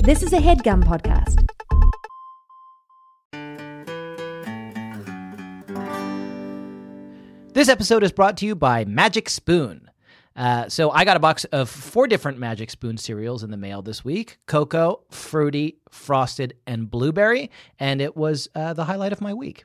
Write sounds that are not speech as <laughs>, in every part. This is a headgum podcast. This episode is brought to you by Magic Spoon. Uh, so I got a box of four different Magic Spoon cereals in the mail this week: cocoa, fruity, frosted, and blueberry. And it was uh, the highlight of my week.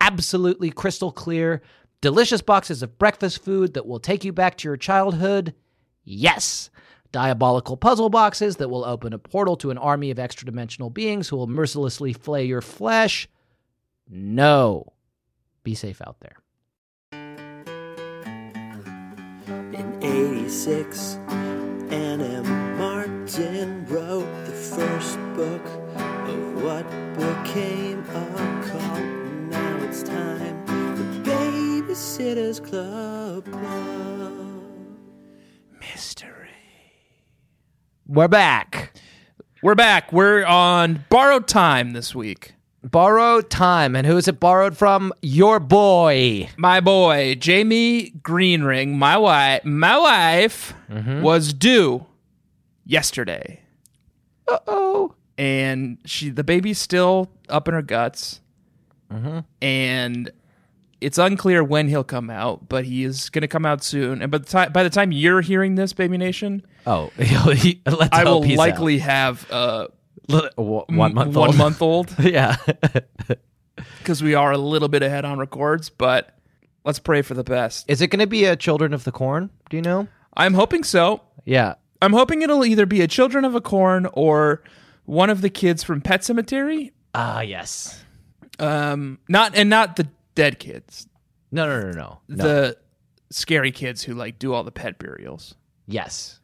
absolutely crystal clear, delicious boxes of breakfast food that will take you back to your childhood. Yes. Diabolical puzzle boxes that will open a portal to an army of extra dimensional beings who will mercilessly flay your flesh. No. Be safe out there. In 86, Anna Martin wrote the first book of what became a cult. Now it's time the Babysitter's Club. Mystery. We're back. We're back. We're on borrowed time this week. Borrowed time. And who is it borrowed from? Your boy. My boy Jamie Greenring, my wife, my wife Mm-hmm. was due yesterday, Uh oh. and she the baby's still up in her guts, Mm-hmm. and it's unclear when he'll come out, but he is going to come out soon. And by the time by the time you're hearing this, Baby Nation, Oh, <laughs> he, let's I will hope he's out. likely have uh, Li- w- one month one old. month old. <laughs> yeah. because we are a little bit ahead on records, but let's pray for the best. Is it going to be a Children of the Corn? Do you know? I'm hoping so. Yeah. I'm hoping it'll either be a Children of a Corn or one of the kids from Pet Cemetery. Ah, yes. Um, not and not the dead kids, No, no, no, no. no. the scary kids who like do all the pet burials. yes.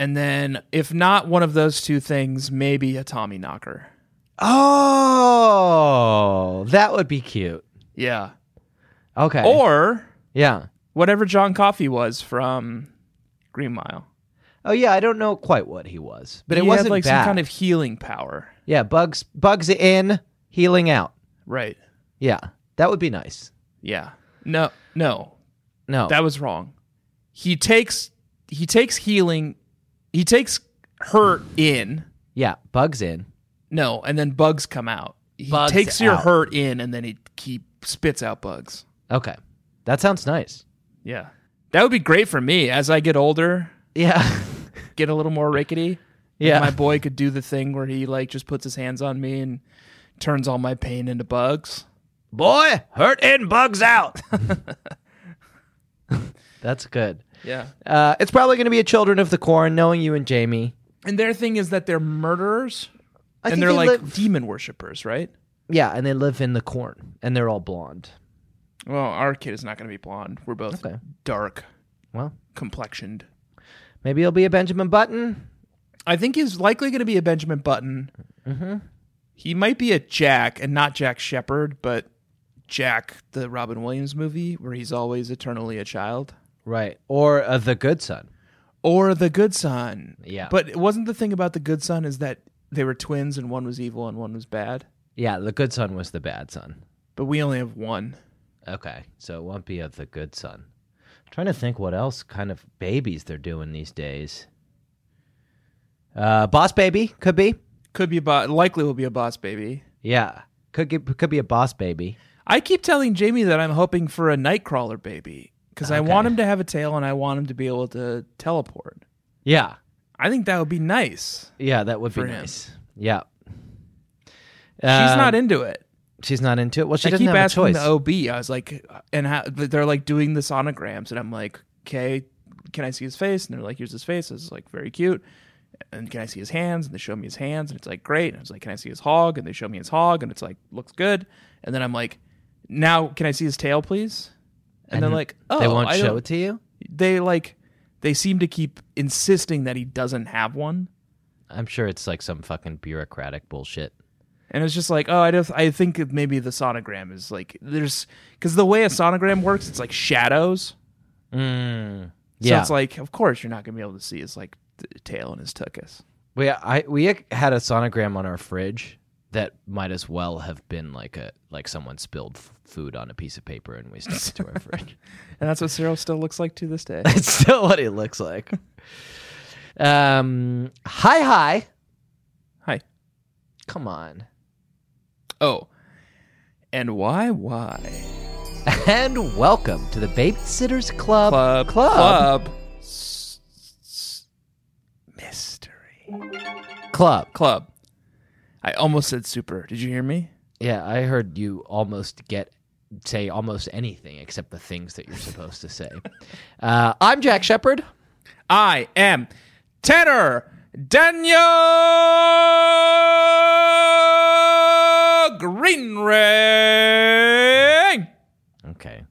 And then, if not one of those two things, maybe a Tommy knocker. Oh, that would be cute. Yeah, Okay. or yeah. whatever John Coffey was from Green Mile. Oh yeah, I don't know quite what he was, but it He wasn't had, like bad. some kind of healing power, yeah, bugs bugs in, healing out. right? Yeah, that would be nice. Yeah. No, no, No, that was wrong. He takes he takes healing, he takes hurt in. yeah, bugs in. No, and then bugs come out. He Bugs takes your out. hurt in, and then he he spits out bugs. Okay, that sounds nice. Yeah, that would be great for me as I get older, Yeah, <laughs> get a little more rickety. If Yeah. my boy could do the thing where he like just puts his hands on me and turns all my pain into bugs. boy, hurt in, bugs <laughs> out. That's good. Yeah, Uh, it's probably going to be a Children of the Corn, knowing you and Jamie. and their thing is that they're murderers. I and think they're they like live- demon worshippers, right? yeah, and they live in the corn, and they're all blonde. Well, our kid is not going to be blonde. We're both Okay. dark Well, complexioned. maybe he'll be a Benjamin Button. I think he's likely going to be a Benjamin Button. Mm-hmm. He might be a Jack and not Jack Shepard, but Jack, the Robin Williams movie where he's always eternally a child. Right. Or uh, the good son. Or the good son. Yeah. But it wasn't the thing about the good son is that they were twins and one was evil and one was bad. Yeah, the good son was the bad son. But we only have one. Okay. So it won't be of the good son. trying to think what else kind of babies they're doing these days. Uh, boss baby could be. Could be a bo- likely will be a boss baby. Yeah. Could get, could be a boss baby. I keep telling Jamie that I'm hoping for a Nightcrawler baby because I want Okay. him to have a tail and I want him to be able to teleport. Yeah. I think that would be nice. Yeah, that would be For him. nice. Yeah. Um, She's not into it. She's not into it. Well, she I doesn't keep have a asking choice. the OB. I was like, uh, and how, they're like doing the sonograms, and I'm like, okay, can I see his face? And they're like, here's his face. It's like very cute. And can I see his hands? And they show me his hands, and it's like great. And I was like, can I see his hog? And they show me his hog, and it's like looks good. And then I'm like, now can I see his tail, please? And, they're like, oh, they won't I show don't- it to you. They like, they seem to keep insisting that he doesn't have one. I'm sure it's like some fucking bureaucratic bullshit. And it's just like, oh, I just, I think that maybe the sonogram is like there's because the way a sonogram works, it's like shadows. So Yeah. it's Mm. like, of course, you're not gonna be able to see his like th- tail and his tuchus. We I we had a sonogram on our fridge that might as well have been like a like someone spilled f- food on a piece of paper and we stuck it to our <laughs> fridge. And that's what Cyril still looks like to this day. It's still what it looks like. Um, hi hi, Hi. come on, Oh. And why? Why? and welcome to the Babysitters Club Club. club Club. S- s- mystery. club. Club. I almost said super. Did you hear me? Yeah, I heard you almost get say almost anything except the things that you're supposed to say. Uh, I'm Jack Shepard. I am tenor Daniel Greenring. Okay.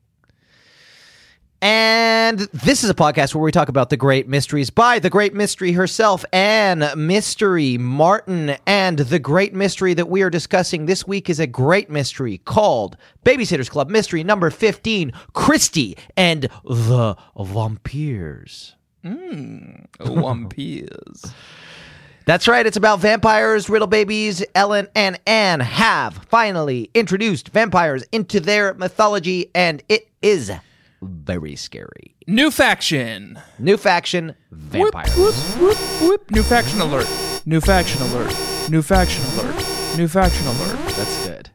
And this is a podcast where we talk about the great mysteries by the great mystery herself, Anne Mystery Martin. And the great mystery that we are discussing this week is a great mystery called Babysitters Club Mystery number 15 Christie and the Vampires. One Piece. That's right. It's about vampires, riddle babies. Ellen and Anne have finally introduced vampires into their mythology, and it is very scary. New faction. New faction, vampires. Whoop, whoop, whoop. New faction alert. New faction alert. New faction alert. New faction alert. That's good.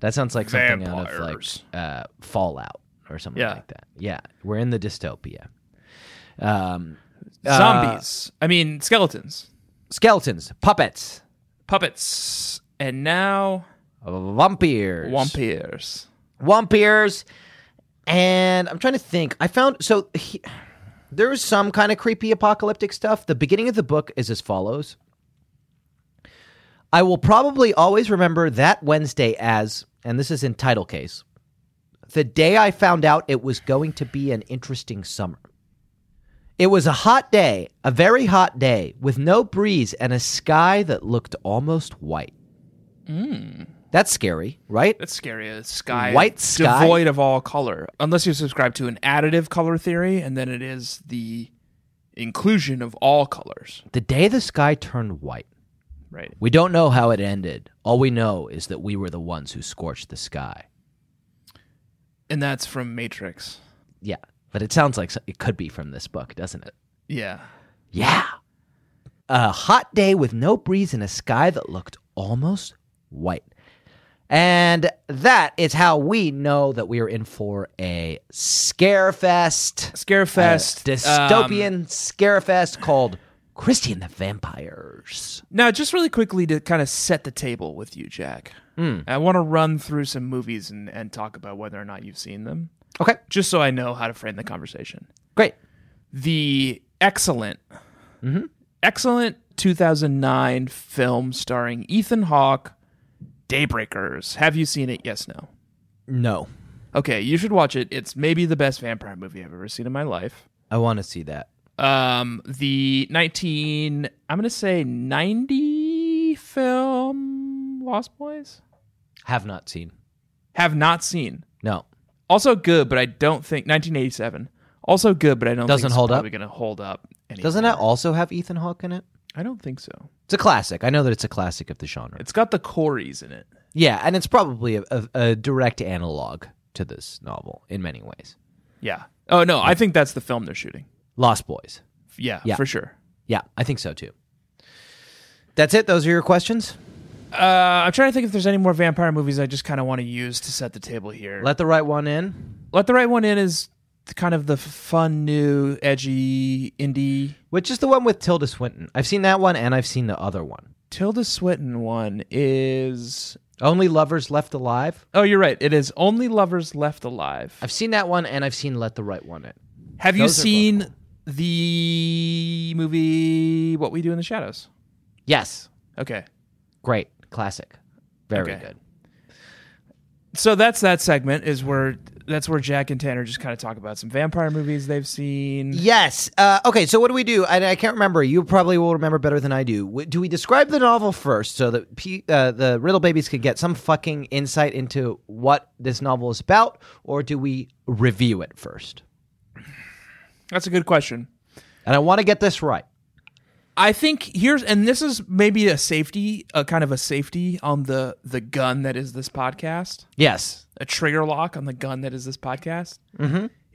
That sounds like something Vampires. out of like uh, Fallout or something Yeah. like that. Yeah, we're in the dystopia. Um, Uh, Zombies. I mean, skeletons. skeletons, puppets, Puppets. And now, vampires, Wampiers. Wampiers. And I'm trying to think. I found so he, there was some kind of creepy apocalyptic stuff. The beginning of the book is as follows. I will probably always remember that Wednesday as, and this is in title case, the day I found out it was going to be an interesting summer. It was a hot day, a very hot day, with no breeze and a sky that looked almost white. That's scary, right? That's scary. A sky White sky? devoid of all color, unless you subscribe to an additive color theory, and then it is the inclusion of all colors. The day the sky turned white. Right. We don't know how it ended. All we know is that we were the ones who scorched the sky. And that's from Matrix. Yeah, but it sounds like so- it could be from this book, doesn't it? Yeah. Yeah. A hot day with no breeze and a sky that looked almost white. And that is how we know that we are in for a scare fest. Uh, um, A Scarefest. dystopian scare fest called Christie and the Vampires. Now, just really quickly to kind of set the table with you, Jack. Hmm. I want to run through some movies and, and talk about whether or not you've seen them, Okay, just so I know how to frame the conversation. great. Mm-hmm. The excellent, excellent 2009 film starring Ethan Hawke, Daybreakers. Have you seen it? Yes, no. No, Okay, you should watch it. It's maybe the best vampire movie I've ever seen in my life. I want to see that. Um, the 19, I'm gonna say 90 film Lost Boys Have not seen. have not seen. No. Also good, but I don't think 1987. Also good, but I don't Doesn't think it's hold up? probably gonna hold up. Anymore. Doesn't that also have Ethan Hawke in it? I don't think so. It's a classic. I know that it's a classic of the genre. It's got the Coreys in it. yeah, and it's probably a, a, a direct analog to this novel in many ways. Yeah. Oh no, I think that's the film they're shooting. Lost Boys. Yeah, Yeah. for sure. Yeah, I think so too. That's it. Those are your questions. Uh, I'm trying to think if there's any more vampire movies I just kind of want to use to set the table here. Let the right one in, Let the Right One In is th- kind of the f- fun, new, edgy indie. which is the one with Tilda Swinton. I've seen that one and I've seen the other one. Tilda Swinton one is. Only Lovers Left Alive. Oh, you're right. It is Only Lovers Left Alive. I've seen that one and I've seen Let the Right One In. Have you Those are both seen the movie What We Do in the Shadows? Yes. Okay. Great. Classic. Very Okay. good. So that's that segment is where that's where Jack and Tanner just kind of talk about some vampire movies they've seen. Yes. Uh, okay. So what do we do? I, I can't remember. You probably will remember better than I do. W- Do we describe the novel first so that P, uh, the riddle babies could get some fucking insight into what this novel is about, or do we review it first? That's a good question. And I want to get this right. I think here's and this is maybe a safety, a kind of a safety on the the gun that is this podcast. Yes. a trigger lock on the gun that is this podcast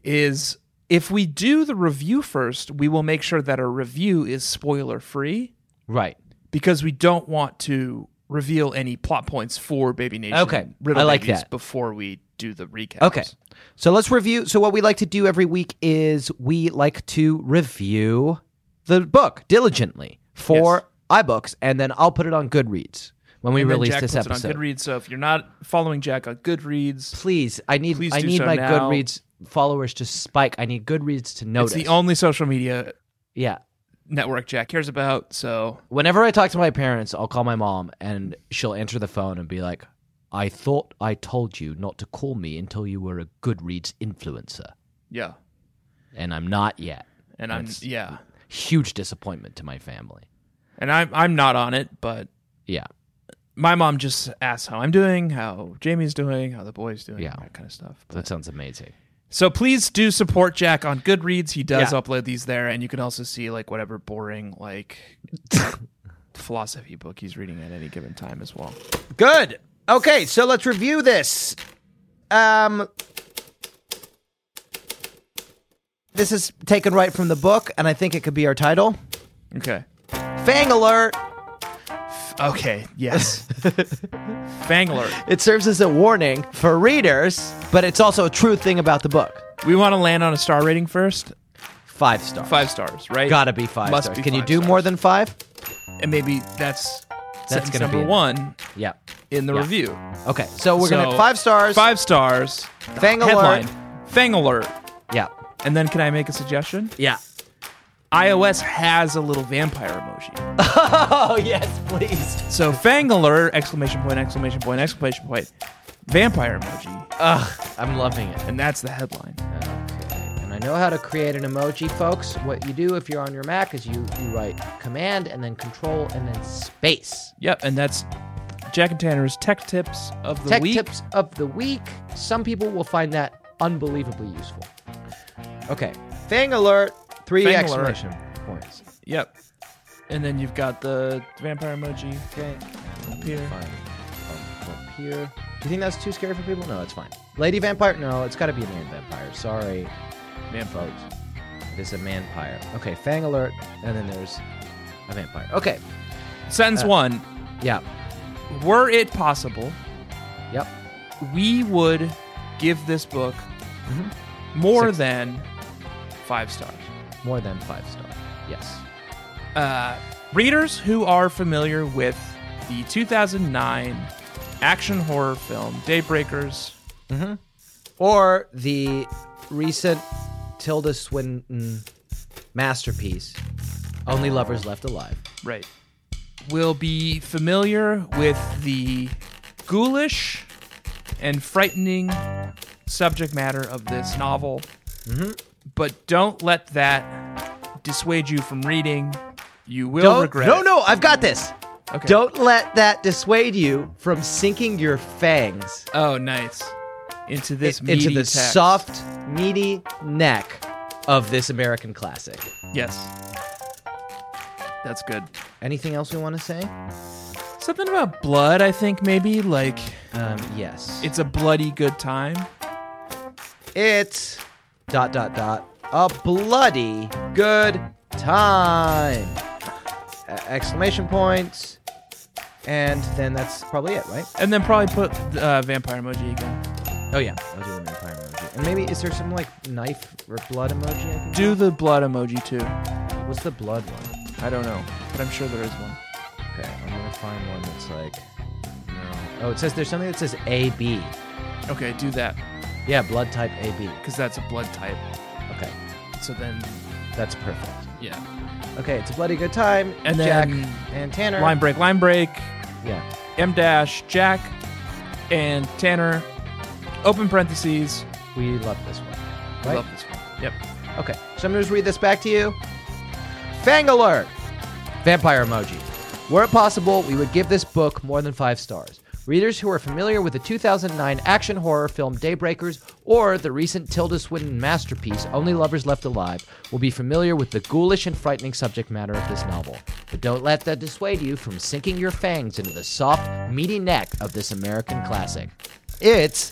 is if we do the review first, we will make sure that our review is spoiler free Right. because we don't want to reveal any plot points for Baby Nation. Okay. Riddle I like Babies that. Before we do the recap. Okay. So let's review. So what we like to do every week is we like to review the book diligently for iBooks, and then I'll put it on Goodreads when we And then release Jack this puts it episode. on Goodreads. So if you're not following Jack on Goodreads, please i need Please i do need so my now. goodreads followers to spike i need goodreads to notice it's the only social media yeah network Jack cares about. So whenever i talk to my parents i'll call my mom and she'll answer the phone and be like i thought i told you not to call me until you were a goodreads influencer yeah, and i'm not yet and I'm That's- yeah, huge disappointment to my family and I'm I'm not on it, but yeah my mom just asks how I'm doing, how Jamie's doing, how the boy's doing, Yeah. that kind of stuff. that sounds amazing So please do support Jack on Goodreads. He does Yeah. upload these there, and you can also see like whatever boring <laughs> like philosophy book he's reading at any given time as well. good okay so let's review this um this is taken right from the book and i think it could be our title Okay. fang alert Okay. <laughs> Yes. Fang alert. It serves as a warning for readers, but it's also a true thing about the book. We want to land on a star rating first. Five stars. Five stars, right? Gotta be five Must stars. be Can you five do stars. more than five? And maybe that's That's that's gonna number be- one Yeah. in the Yeah. review. Okay. So we're gonna So, five stars. Five stars. Fang Headline. alert. Fang alert. Yeah. And then can I make a suggestion? Yeah. iOS has a little vampire emoji. Oh yes, please. So fang alert, exclamation point, exclamation point, exclamation point, vampire emoji. Ugh, I'm loving it. And that's the headline. And I know how to create an emoji, folks. What you do if you're on your Mac is you, you write command and then control and then space. Yep, and that's Jack and Tanner's tech tips of the Tech week. tips of the week. Some people will find that unbelievably useful. Okay. Fang alert, three Fang alert. exclamation points. Yep. And then you've got the vampire emoji Okay. up here. Fine. Um, up here. Do you think that's too scary for people? No, it's fine. Lady vampire? No, it's got to be a man vampire. Sorry, Vampire. folks. It is a vampire. Okay, fang alert, and then there's a vampire. Okay, Sentence Uh, one. yeah, Were it possible, yep. we would give this book more Mm-hmm. Six. than five stars. More than five star. Yes. uh, readers who are familiar with the 2009 action horror film Daybreakers, Or the recent Tilda Swinton masterpiece, Only Lovers Left Alive. Right. Will be familiar with the ghoulish and frightening subject matter of this novel. Mm-hmm. But don't let that dissuade you from reading. You will Don't, regret no, it. no, I've got this. Okay. Don't let that dissuade you from sinking your fangs Oh, nice. Into i- this into meaty the text. soft, meaty neck of this American classic. Yes. That's good. Anything else we want to say? Something about blood, I think maybe like Um, yes. it's a bloody good time. It's dot dot dot a bloody good time! E- exclamation point. And then that's probably it, right? And then probably put uh, vampire emoji again. Oh yeah, I'll do the vampire emoji. And maybe is there some like knife or blood emoji? I can Do the blood emoji too. What's the blood one? I don't know, but I'm sure there is one. Okay, I'm gonna find one that's like. No. Oh, it says there's something that says AB. Okay, do that Yeah, blood type AB. because that's a blood type. Okay, So then, that's perfect. yeah. Okay, it's a bloody good time. And Jack then- and Tanner. Line break, line break. Yeah. M dash Jack and Tanner. Open parentheses. We love this one. I Right? Love this one. Yep. Okay, so I'm going to read this back to you. Fang alert! Vampire emoji. Were it possible, we would give this book more than five stars. Readers who are familiar with the 2009 action horror film Daybreakers or the recent Tilda Swinton masterpiece Only Lovers Left Alive will be familiar with the ghoulish and frightening subject matter of this novel. But don't let that dissuade you from sinking your fangs into the soft, meaty neck of this American classic. It's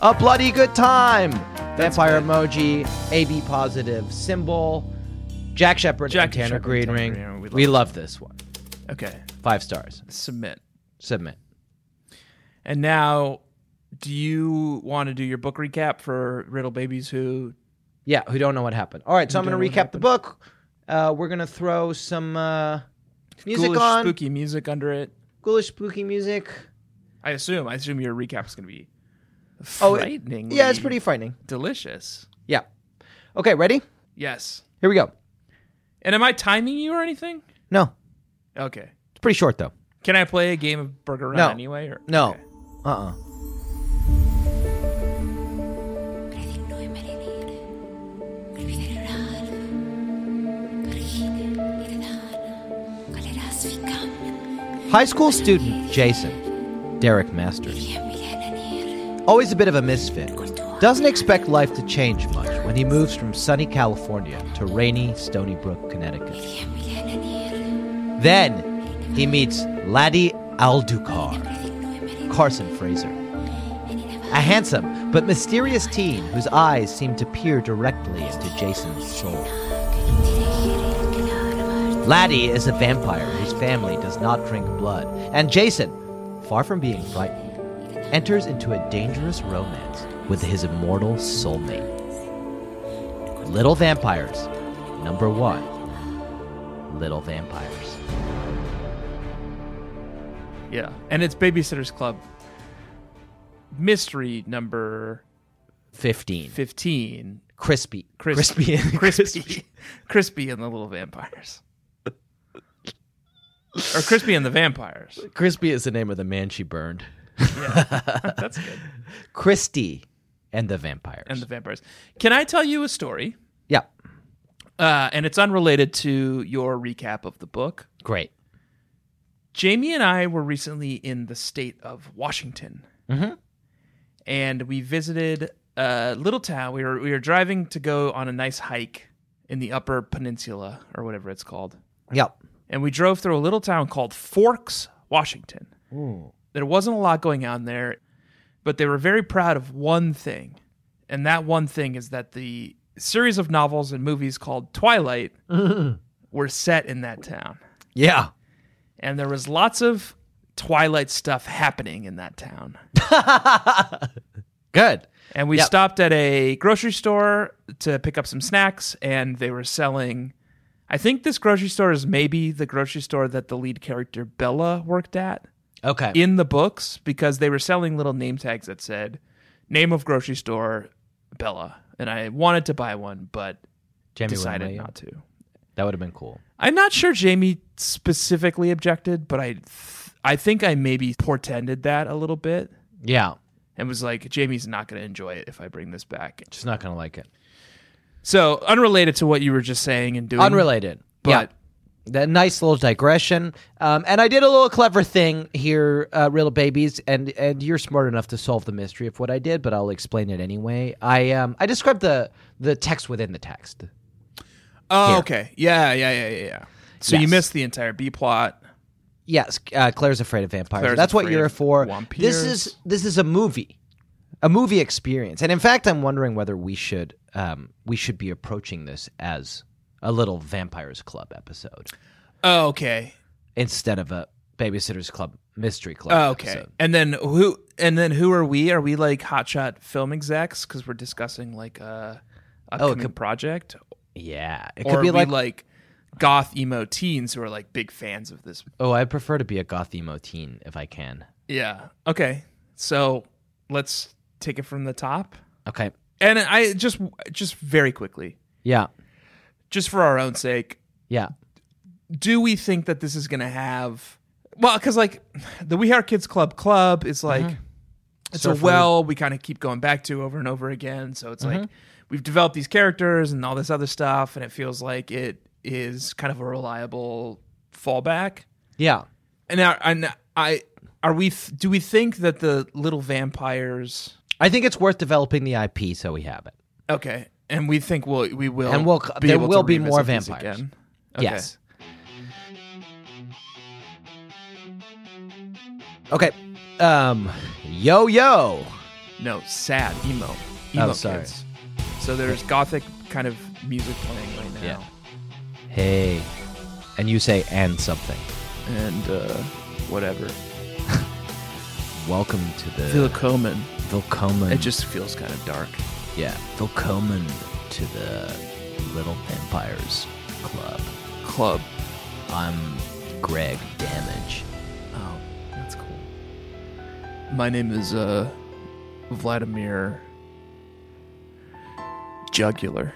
a bloody good time! Vampire emoji, AB positive symbol, Jack Shepard Jack and Tanner Shepard and Tanner Greenring. Greenring, we love we love this one. Okay. Five stars. Submit. Submit. And now, do you want to do your book recap for Riddle Babies Who? Yeah, who don't know what happened. All right, so I'm going don't to know what recap the book. Uh, we're going to throw some uh, music ghoulish, on. spooky music under it. Ghoulish, spooky music. I assume. I assume your recap is going to be Oh, it- frightening. Yeah, it's pretty frightening. delicious. Yeah. Okay, ready? Yes. Here we go. And am I timing you or anything? No, Okay. it's pretty short, though. Can I play a game of Burger Run No. anyway? Or, No. Okay. Uh-uh. High school student Jason, Derek Masters, always a bit of a misfit, doesn't expect life to change much when he moves from sunny California to rainy Stony Brook, Connecticut. Then he meets Laddie Alducar, Carson Fraser, a handsome but mysterious teen whose eyes seem to peer directly into Jason's soul. Laddie is a vampire whose family does not drink blood, and Jason, far from being frightened, enters into a dangerous romance with his immortal soulmate. Little Vampires, number one. Little Vampires. Yeah. And it's Babysitter's Club. Mystery number 15. 15. Crispy. Crispy. Crispy. <laughs> Crispy. Crispy and the Little Vampires. or Crispy and the Vampires. Crispy is the name of the man she burned. <laughs> That's good. Christy and the Vampires. And the Vampires. Can I tell you a story? yeah. Uh, and it's unrelated to your recap of the book. Great. Jamie and I were recently in the state of Washington, Mm-hmm. and we visited a little town. We were we were driving to go on a nice hike in the Upper Peninsula or whatever it's called, Yep. and we drove through a little town called Forks, Washington. There wasn't a lot going on there, but they were very proud of one thing, and that one thing is that the series of novels and movies called Twilight were set in that town Yeah. <laughs> and there was lots of Twilight stuff happening in that town. Good. And we Yep. stopped at a grocery store to pick up some snacks, and they were selling. I think this grocery store is maybe the grocery store that the lead character Bella worked at Okay. in the books because they were selling little name tags that said "name of grocery store Bella," and I wanted to buy one but Jamie wouldn't let decided you. not to. That would have been cool. I'm not sure Jamie specifically objected, but I, th- I think I maybe portended that a little bit Yeah. and was like, Jamie's not going to enjoy it if I bring this back. She's not going to like it. Mm-hmm. So unrelated to what you were just saying and doing. Unrelated. But- yeah. That nice little digression, um, and I did a little clever thing here, uh, real babies, and and you're smart enough to solve the mystery of what I did, but I'll explain it anyway. I um I described the the text within the text. Oh, Here. okay. Yeah, yeah, yeah, yeah, yeah. So you Yes. missed the entire B plot. Yes, uh, Claire's afraid of vampires. Claire's That's what afraid you're of for. This vampires. is this is a movie, a movie experience, and in fact, I'm wondering whether we should um, we should be approaching this as a little vampires club episode Oh, okay. instead of a babysitters club mystery club. Oh, okay. episode. And then who? And then who are we? Are we like hotshot film execs because we're discussing like a upcoming Oh, could- project, Yeah, it or could be are we like, like goth emo teens who are like big fans of this? oh, I prefer to be a goth emo teen if I can. Yeah. Okay. So let's take it from the top. Okay. And I just just very quickly, Yeah. just for our own sake, Yeah. do we think that this is going to have well because like the we are kids club club is like Mm-hmm. it's Surfer. a well we kind of keep going back to over and over again so it's like Mm-hmm. we've developed these characters and all this other stuff and it feels like it is kind of a reliable fallback Yeah. and I, and I are we f- do we think that the little vampires I think it's worth developing the IP so we have it. okay and we think we'll we will And we'll- there able to will be more revisit these vampires. again. Yes. Okay. Um, yo, yo. No, sad emo. Emo Oh, sorry. kids. So there's gothic kind of music playing right now. Hey. And you say, and something. And uh, whatever. Welcome to the Vilcoman. Vilcoman. It just feels kind of dark. yeah. Vilcoman to the Little Vampires Club. Club. I'm Greg Damage. Oh, that's cool. My name is uh, Vladimir Jugular.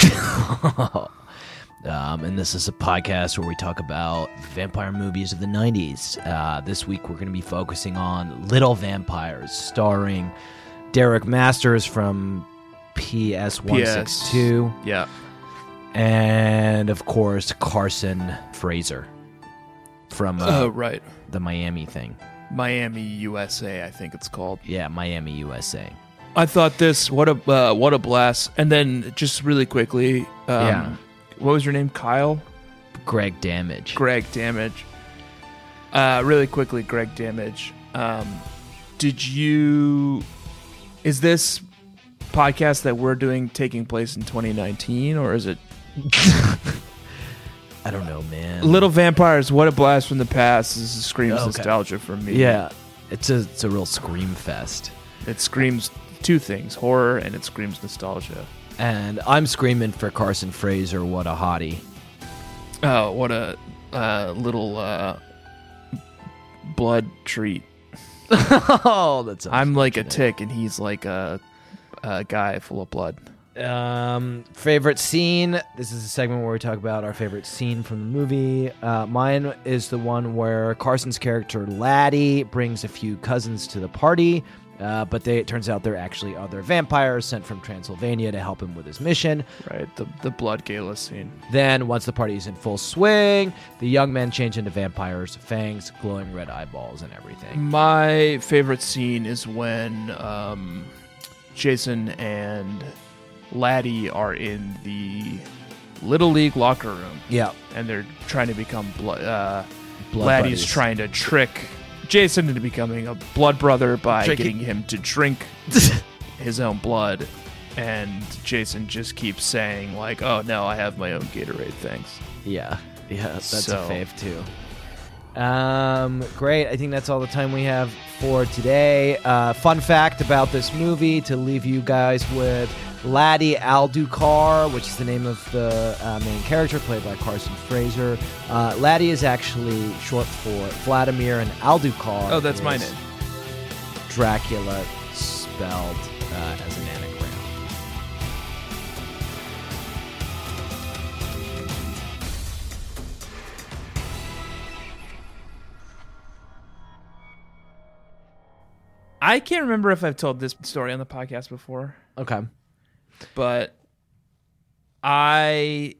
<laughs> Um, and this is a podcast where we talk about vampire movies of the 90s. Uh, this week we're going to be focusing on Little Vampires, starring Derek Masters from PS162, Yeah. and of course Carson Fraser from uh, Uh, right. the Miami thing. Miami, USA, I think it's called. Yeah, Miami, USA. I thought this what a uh, what a blast. And then just really quickly, um, Yeah. what was your name? Kyle, Greg Damage. Greg Damage. Uh, really quickly, Greg Damage. Um, did you? Is this podcast that we're doing taking place in 2019, or <laughs> is it I don't know, man. Little Vampires? What a blast from the past! This is screams Okay. nostalgia for me. yeah, it's a it's a real scream fest. it screams two things: horror and it screams nostalgia. And I'm screaming for Carson Fraser. What a hottie. <laughs> Oh, what a uh, little uh, blood treat. Oh, that's I'm like a tick, and he's like a, a guy full of blood. um favorite scene. This is a segment where we talk about our favorite scene from the movie. Uh, mine is the one where Carson's character Laddie brings a few cousins to the party, uh, but they it turns out they're actually other vampires sent from Transylvania to help him with his mission. Right, the the blood gala scene. Then, once the party is in full swing, the young men change into vampires, fangs, glowing red eyeballs, and Mm. everything. My favorite scene is when um, Jason and Laddie are in the little league locker room, Yeah, and they're trying to become blood. Uh, Blood Laddie's buddies. trying to trick Jason into becoming a blood brother by Tricky. getting him to <laughs> drink his own blood and Jason just keeps saying like, "Oh no, I have my own Gatorade, thanks." Yeah, yeah, that's So- a fave too. Um, great. I think that's all the time we have for today. Uh, fun fact about this movie to leave you guys with Laddie Alducar, which is the name of the uh, main character played by Carson Fraser. Uh, Laddie is actually short for Vladimir, and Alducar. Oh, that's my is name. Dracula, spelled uh, as an anagram. I can't remember if I've told this story on the podcast before, Okay. but I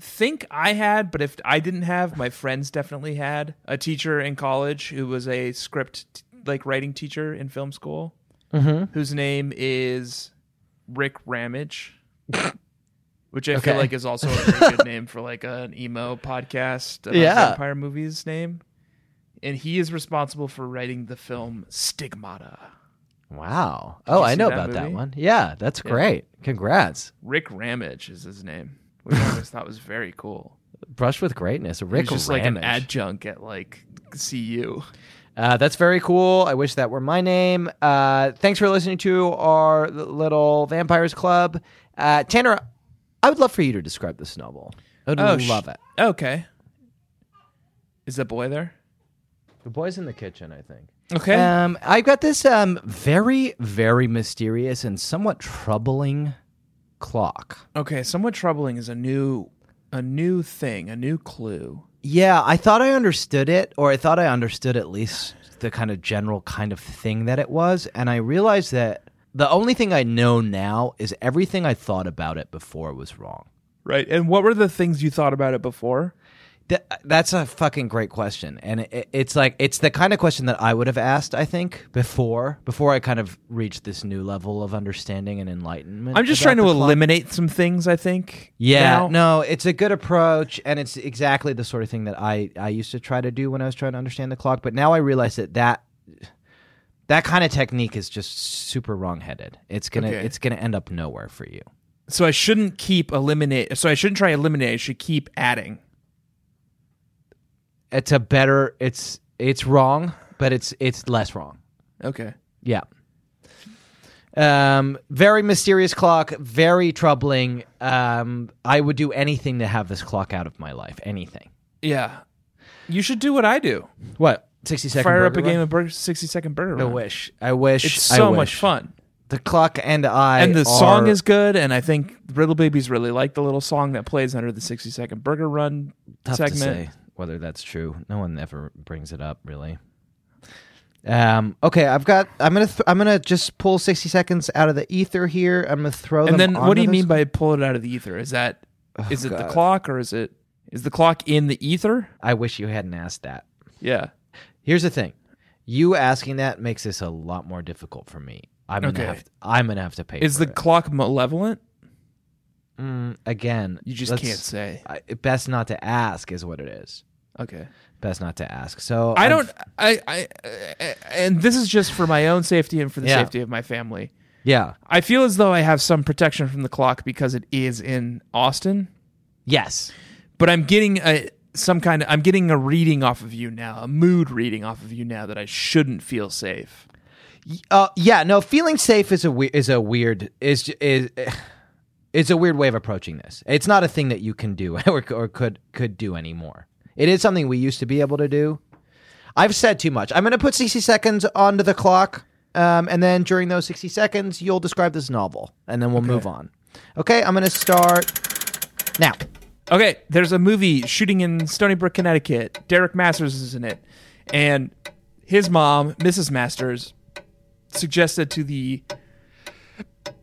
think I had, but if I didn't have, my friends definitely had a teacher in college who was a script like writing teacher in film school, Mm-hmm. whose name is Rick Ramage, <laughs> which I feel Okay. like is also a <laughs> very good name for like an emo podcast about Yeah. vampire movies name. And he is responsible for writing the film Stigmata. Wow. Oh, you I see know that about that movie? one. Yeah, that's great. Congrats. Rick Ramage is his name, which I always thought was very cool. Brush with greatness. He Rick was just like an Ramage. adjunct at like CU. Uh, that's very cool. I wish that were my name. Uh, thanks for listening to our little Vampires Club. Uh, Tanner, I would love for you to describe this novel. I would Oh, sh- love it. Okay. Is that boy there? The boy's in the kitchen, I think. Okay. Um, I've got this um, very, very mysterious and somewhat troubling clock. okay. Somewhat troubling is a new, a new thing, a new clue. Yeah, I thought I understood it, or I thought I understood at least the kind of general kind of thing that it was. And I realized that the only thing I know now is everything I thought about it before was wrong. Right. And what were the things you thought about it before? Th- that's a fucking great question, and it, it's like it's the kind of question that I would have asked, I think, before before I kind of reached this new level of understanding and enlightenment. I'm just about trying to the clock. eliminate some things. I think. Yeah, now. no, it's a good approach, and it's exactly the sort of thing that I I used to try to do when I was trying to understand the clock. But now I realize that that that kind of technique is just super wrongheaded. It's gonna Okay. it's gonna end up nowhere for you. So I shouldn't keep eliminate. So I shouldn't try eliminate. I should keep adding. It's a better it's it's wrong, but it's it's less wrong. Okay. Yeah. Um, very mysterious clock, very troubling. Um, I would do anything to have this clock out of my life. Anything. Yeah. You should do what I do. What? Sixty seconds. Fire up a game of burger, 60 second burger. I Run. wish. I wish. It's I so wish. much fun. The clock and I. and the are- song is good. And I think Riddle Babies really like the little song that plays under the 60 second burger run tough segment. to say whether that's true. No one ever brings it up, really. Um, okay, I've got. I'm gonna. Th- I'm gonna just pull sixty seconds out of the ether here. I'm gonna throw them. And then what onto do you this- Oh, mean by pull it out of the ether? Is that is it the God. clock or is it is the clock in the ether? I wish you hadn't asked that. Yeah. Here's the thing. You asking that makes this a lot more difficult for me. I'm gonna Okay. have. To, I'm gonna have to pay. Is for the it. clock malevolent? Mm, again? You just let's- can't say. I, best not to ask is what it is. Okay. Best not to ask. So I I'm- don't. I, I. I. And this is just for my own safety and for the Yeah. safety of my family. Yeah. I feel as though I have some protection from the clock because it is in Austin, Yes. but I'm getting a some kind of I'm getting a reading off of you now, a mood reading off of you now that I shouldn't feel safe. Uh, yeah, no, feeling safe is a we- is a weird is is it's a weird way of approaching this. It's not a thing that you can do <laughs> or, or could could do anymore. It is something we used to be able to do. I've said too much. I'm going to put 60 seconds onto the clock, um, and then during those 60 seconds, you'll describe this novel, and then we'll move on. Okay, I'm going to start now. Okay, there's a movie shooting in Stony Brook, Connecticut. Derek Masters is in it, and his mom, Mrs. Masters, suggested to the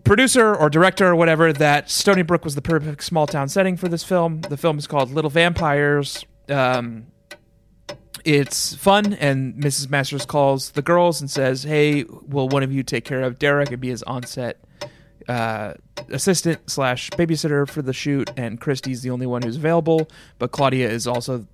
producer or director or whatever that Stony Brook was the perfect small town setting for this film. The film is called Little Vampires. Um, it's fun, and Mrs. Masters calls the girls and says, "Hey, will one of you take care of Derek and be his on-set uh, assistant slash babysitter for the shoot?" And Christy's the only one who's available, but Claudia is also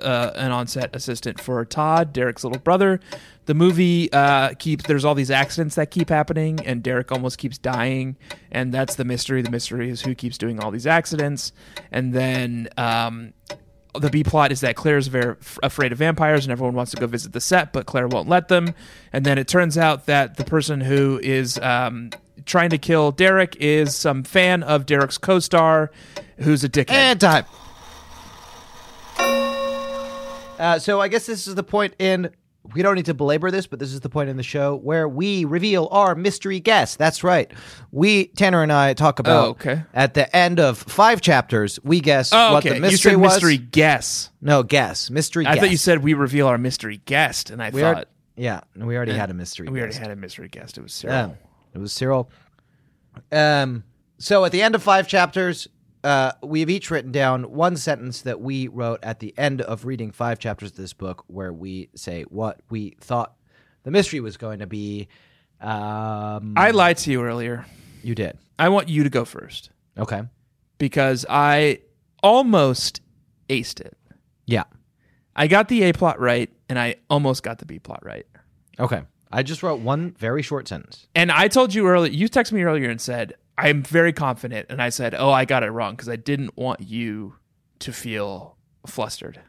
uh, an on-set assistant for Todd, Derek's little brother. The movie uh, keeps there's all these accidents that keep happening, and Derek almost keeps dying, and that's the mystery. The mystery is who keeps doing all these accidents, and then. Um, the B plot is that Claire's very f- afraid of vampires and everyone wants to go visit the set, but Claire won't let them. And then it turns out that the person who is um, trying to kill Derek is some fan of Derek's co star who's a dickhead. And time. Uh, so I guess this is the point in. We don't need to belabor this, but this is the point in the show where we reveal our mystery guest. That's right. We Tanner and I talk about. Oh, okay. At the end of five chapters, we guess oh, what okay. the you mystery said was. mystery guess. No guess. Mystery. I guess. thought you said we reveal our mystery guest, and I we thought. are. Yeah, we already had a mystery. We already guest. had a mystery guest. It was Yeah, Sarah. it was Cyril. Um, so at the end of five chapters, uh, we have each written down one sentence that we wrote at the end of reading five chapters of this book, where we say what we thought the mystery was going to be. Um, I lied to you earlier. you did I want you to go first okay. because I almost aced it. Yeah. I got the A plot right, and I almost got the B plot right. Okay. I just wrote one very short sentence. And I told you earlier, you texted me earlier and said, I'm very confident. And I said, Oh, I got it wrong because I didn't want you to feel flustered.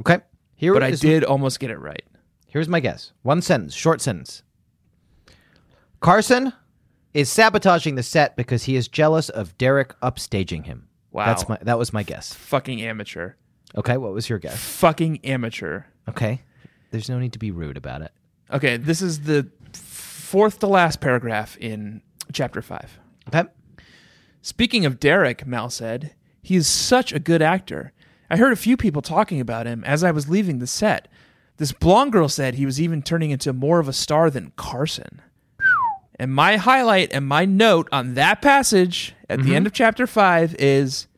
Okay. Here But I is- did almost get it right. Here's my guess. One sentence, short sentence. Carson is sabotaging the set because he is jealous of Derek upstaging him. Wow. That's my that was my guess. Fucking amateur. Okay, what was your guess? Fucking amateur. Okay. There's no need to be rude about it. Okay, this is the fourth to last paragraph in chapter five. Okay. Speaking of Derek, Mal said, he is such a good actor. I heard a few people talking about him as I was leaving the set. This blonde girl said he was even turning into more of a star than Carson. And my highlight and my note on that passage at the end of chapter five is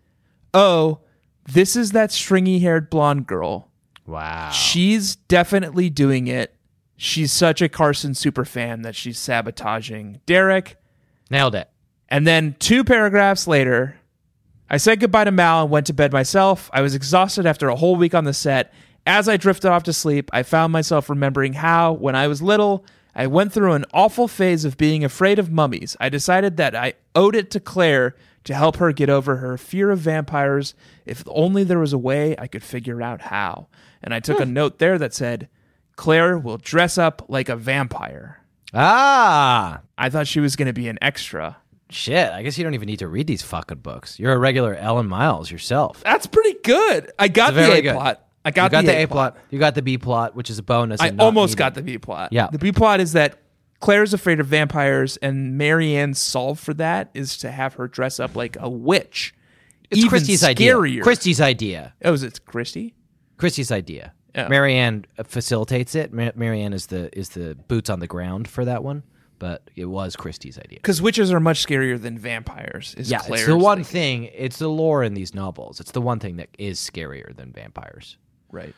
oh, this is that stringy haired blonde girl. Wow. She's definitely doing it. She's such a Carson super fan that she's sabotaging Derek. Nailed it. And then two paragraphs later, I said goodbye to Mal and went to bed myself. I was exhausted after a whole week on the set. As I drifted off to sleep, I found myself remembering how, when I was little, I went through an awful phase of being afraid of mummies. I decided that I owed it to Claire to help her get over her fear of vampires. If only there was a way I could figure out how. And I took a note there that said, Claire will dress up like a vampire. Ah. I thought she was going to be an extra. Shit. I guess you don't even need to read these fucking books. You're a regular Ellen Miles yourself. That's pretty good. I got It's very the A good. plot. I You got, got the, A plot. You got the B plot, which is a bonus. I and not almost needed. got the B plot. Yeah. The B plot is that Claire's afraid of vampires, and Marianne's solve for that is to have her dress up like a witch. It's Even Christie's idea. scarier. Christie's idea. Oh, is it Christie? Christie's idea. Oh. Marianne facilitates it. Mar- Marianne is the is the boots on the ground for that one, but it was Christie's idea. Because witches are much scarier than vampires. Is Yeah, Claire's it's the one thing. thing. It's the lore in these novels. It's the one thing that is scarier than vampires. Right.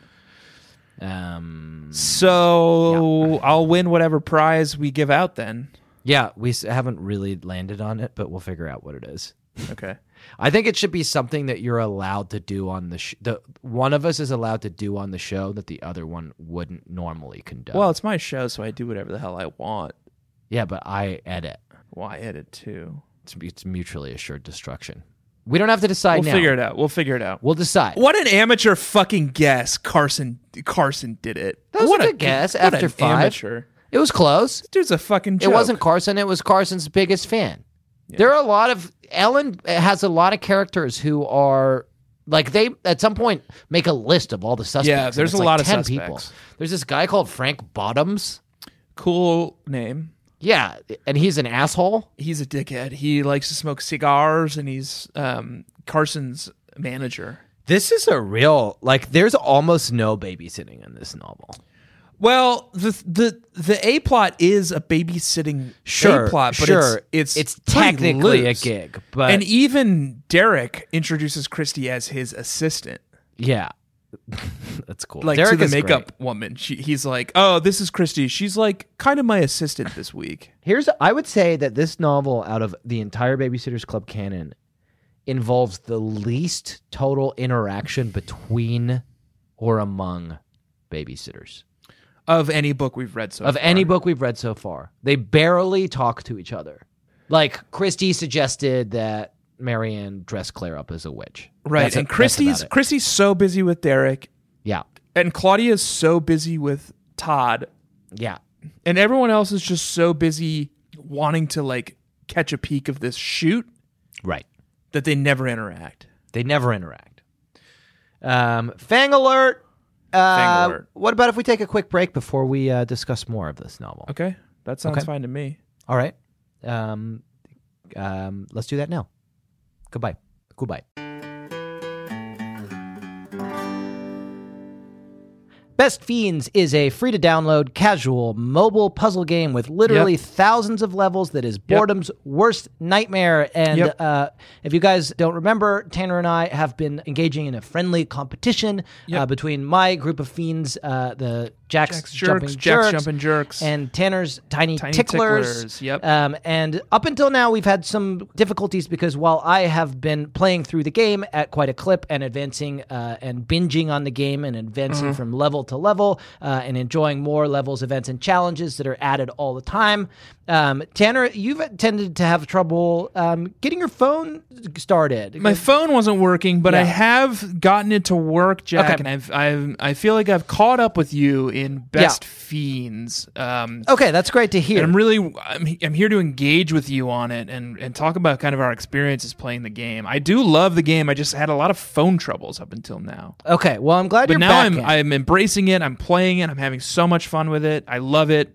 Um, So I'll win whatever prize we give <laughs> out then. yeah, we s- haven't really landed on it, but we'll figure out what it is. Okay. I think it should be something that you're allowed to do on the sh- the one of us is allowed to do on the show that the other one wouldn't normally conduct. Well, it's my show, so I do whatever the hell I want. yeah, but I edit. Well, I edit too. It's, it's mutually assured destruction. We don't have to decide We'll now. figure it out. We'll figure it out. We'll decide. What an amateur fucking guess, Carson. Carson did it. That was what a good guess what after an five. Amateur. It was close. Dude's a fucking. Joke. It wasn't Carson. It was Carson's biggest fan. There are a lot of Ellen has a lot of characters who are like they at some point make a list of all the suspects. Yeah, and there's it's a like lot of 10 suspects. people. There's this guy called Frank Bottoms. cool name. Yeah, and he's an asshole. He's a dickhead. He likes to smoke cigars, and he's um, Carson's manager. This is a real like. There's almost no babysitting in this novel. Well, the the the a plot is a babysitting Sure, a plot, but sure. it's it's, It's pretty technically a loose. gig, but- and even Derek introduces Christy as his assistant. <laughs> Yeah, that's cool. like Derek to the is great. makeup woman. She, he's like, "Oh, this is Christy. She's like kind of my assistant this week." Here's I would say that this novel out of the entire Babysitters Club canon involves the least total interaction between or among babysitters Of any book we've read so of far. any book we've read so far. They barely talk to each other. Like Christie suggested that Marianne dress Claire up as a witch. right? That's it- and that's Christy's about it. Christy's so busy with Derek, yeah, and Claudia's so busy with Todd, yeah, and everyone else is just so busy wanting to like catch a peek of this shoot right. that they never interact. They never interact. Um, fang alert. Uh, Fang alert. What about if we take a quick break before we uh, discuss more of this novel? Okay, that sounds Okay. fine to me. All right. Um, um, let's do that now. Goodbye. Goodbye. Best Fiends is a free to download casual mobile puzzle game with literally Yep. thousands of levels that is boredom's worst nightmare. And Yep. uh, if you guys don't remember, Tanner and I have been engaging in a friendly competition uh, between my group of fiends, uh, the Jack's, Jack's Jerks, Jumping Jack's Jerks, Jumping Jerks. and Tanner's Tiny, Tiny Ticklers. Ticklers, yep. Um, and up until now, we've had some difficulties because while I have been playing through the game at quite a clip and advancing uh, and binging on the game and Mm-hmm. advancing from level to level uh, and enjoying more levels, events, and challenges that are added all the time, um, Tanner, you've tended to have trouble um, getting your phone started. My phone wasn't working, but I Yeah. have gotten it to work, Okay. Jack, and I've, I've I feel like I've caught up with you in Best Fiends. Um, okay, that's great to hear. and I'm really I'm, I'm here to engage with you on it and and talk about kind of our experiences playing the game. I do love the game. I just had a lot of phone troubles up until now. okay, well, I'm glad But Oh, you're now back I'm in. I'm embracing it. I'm playing it. I'm having so much fun with it. I love it.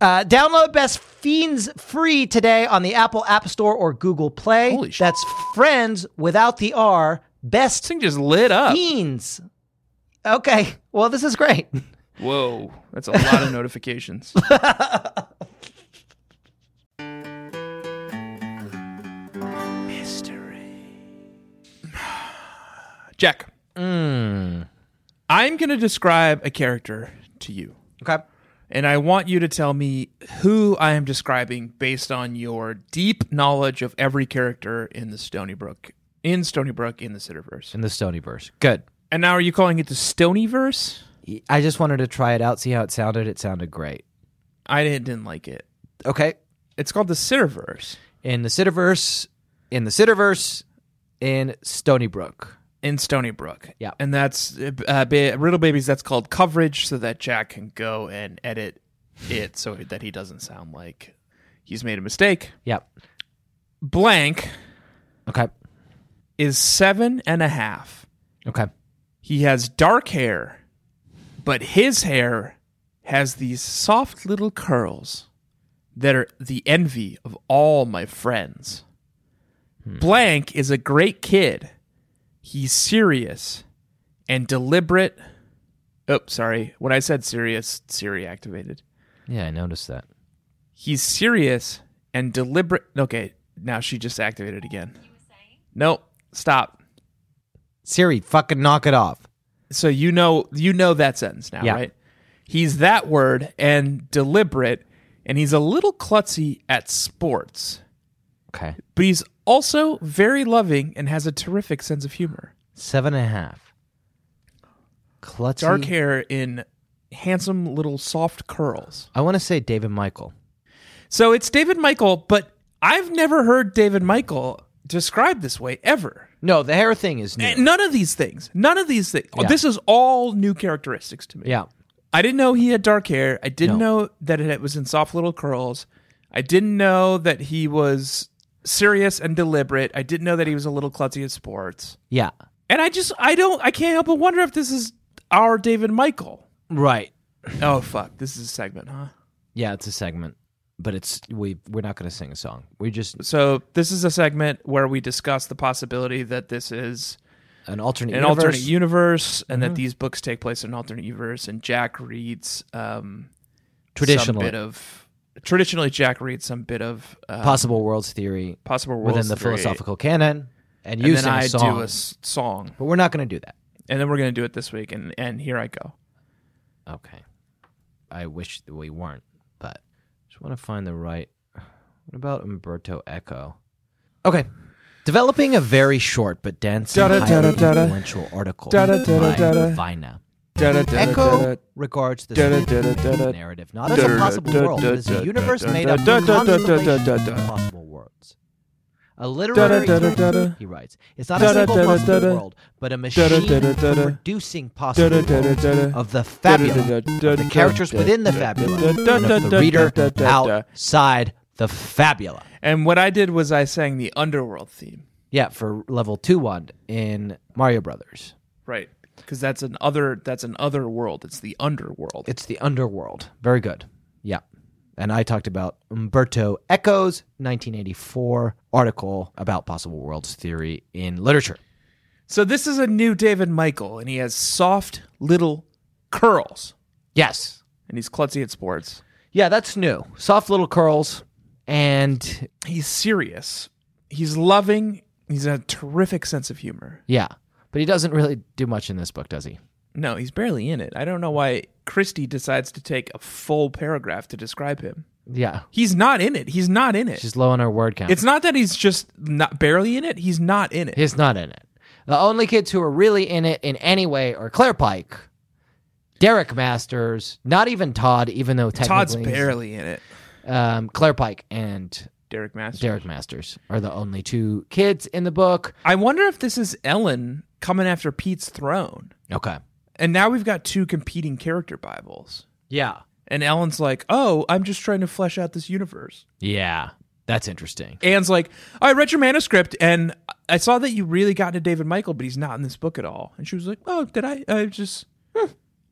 Uh, download Best Fiends free today on the Apple App Store or Google Play. Holy sh- That's friends without the R. This Best thing just lit up. Fiends. Okay. Well, this is great. <laughs> Whoa, that's a lot <laughs> of notifications. Mystery. Jack. Hmm. I'm going to describe a character to you, Okay. and I want you to tell me who I am describing based on your deep knowledge of every character in the Stony Brook, in Stony Brook, in the Sitterverse. In the Stony Verse. Good. And now, are you calling it the Stonyverse? I just wanted to try it out, see how it sounded. It sounded great. I didn't, didn't like it. Okay. It's called the Sitterverse. in the Sitterverse, in the Sitterverse, in Stony Brook. in Stony Brook. Yeah. and that's uh, ba- Riddle Babies. That's called coverage, so that Jack can go and edit it so that he doesn't sound like he's made a mistake. Yep. Blank Okay. is seven and a half. Okay. He has dark hair, but his hair has these soft little curls that are the envy of all my friends. Blank is a great kid. He's serious and deliberate. Oh, sorry. When I said serious, Siri activated. Yeah, I noticed that. He's serious and deliberate. Okay, now she just activated again. No, stop. Siri, fucking knock it off. so you know you know that sentence now Yeah. right he's that word and deliberate and he's a little klutzy at sports, Okay. but he's also very loving and has a terrific sense of humor. Seven and a half. Klutzy. Dark hair in handsome little soft curls. I want to say David Michael. So it's David Michael, but I've never heard David Michael described this way ever. No, the hair thing is new. And None of these things. None of these things. Yeah. This is all new characteristics to me. yeah. I didn't know he had dark hair. I didn't No. know that it was in soft little curls. I didn't know that he was serious and deliberate. I didn't know that he was a little klutzy at sports. Yeah. And I just, I don't, I can't help but wonder if this is our David Michael. Right. Oh, fuck. This is a segment, huh? Yeah, it's a segment, but it's we we're not going to sing a song. We're just So this is a segment where we discuss the possibility that this is an alternate an universe. Mm-hmm. alternate universe and that these books take place in an alternate universe. And Jack reads um, some Traditionally. bit of traditionally Jack reads some bit of uh, possible worlds theory possible worlds within the theory. philosophical canon, and you And then sing a I song. do a s- song, But we're not going to do that. and then we're gonna do it this week. And and here I go. Okay. I wish that we weren't, but just want to find the right. What about Umberto Eco? Okay. Developing a very short but dense and Da-da, highly da-da, da-da. influential article Da-da, da-da, da-da. by Vina. Echo regards this narrative not as a possible world, but as a universe made up of constellations of possible worlds. A literary text, he writes. It's not a single possible world, but a machine for producing possible worlds of the fabulous, of the characters within the fabulous, and of the reader outside the fabula. And what I did was I sang the underworld theme, Yeah, for level two one in Mario Brothers, right? Because that's an other that's an other world. It's the underworld. it's the underworld. Very good. Yeah. And I talked about Umberto Eco's 1984 article about possible worlds theory in literature. so this is a new David Michael, and he has soft little curls, Yes. and he's klutzy at sports. Yeah, that's new. Soft little curls and He's serious. He's loving. He's a terrific sense of humor. yeah. But he doesn't really do much in this book, does he? No, he's barely in it. I don't know why Christie decides to take a full paragraph to describe him. Yeah. He's not in it. He's not in it. She's low on her word count. it's not that he's just not barely in it. He's not in it. He's not in it. The only kids who are really in it in any way are Claire Pike, Derek Masters, not even Todd, even though technically Todd's he's- barely in it. um, Claire Pike and Derek Masters. Derek Masters are the only two kids in the book. I wonder if this is Ellen coming after Pete's throne. Okay. And now we've got two competing character Bibles. Yeah. And Ellen's like, oh, I'm just trying to flesh out this universe. Yeah. That's interesting. Anne's like, I read your manuscript and I saw that you really got into David Michael, but he's not in this book at all. And she was like, Oh, did I? I just, hmm.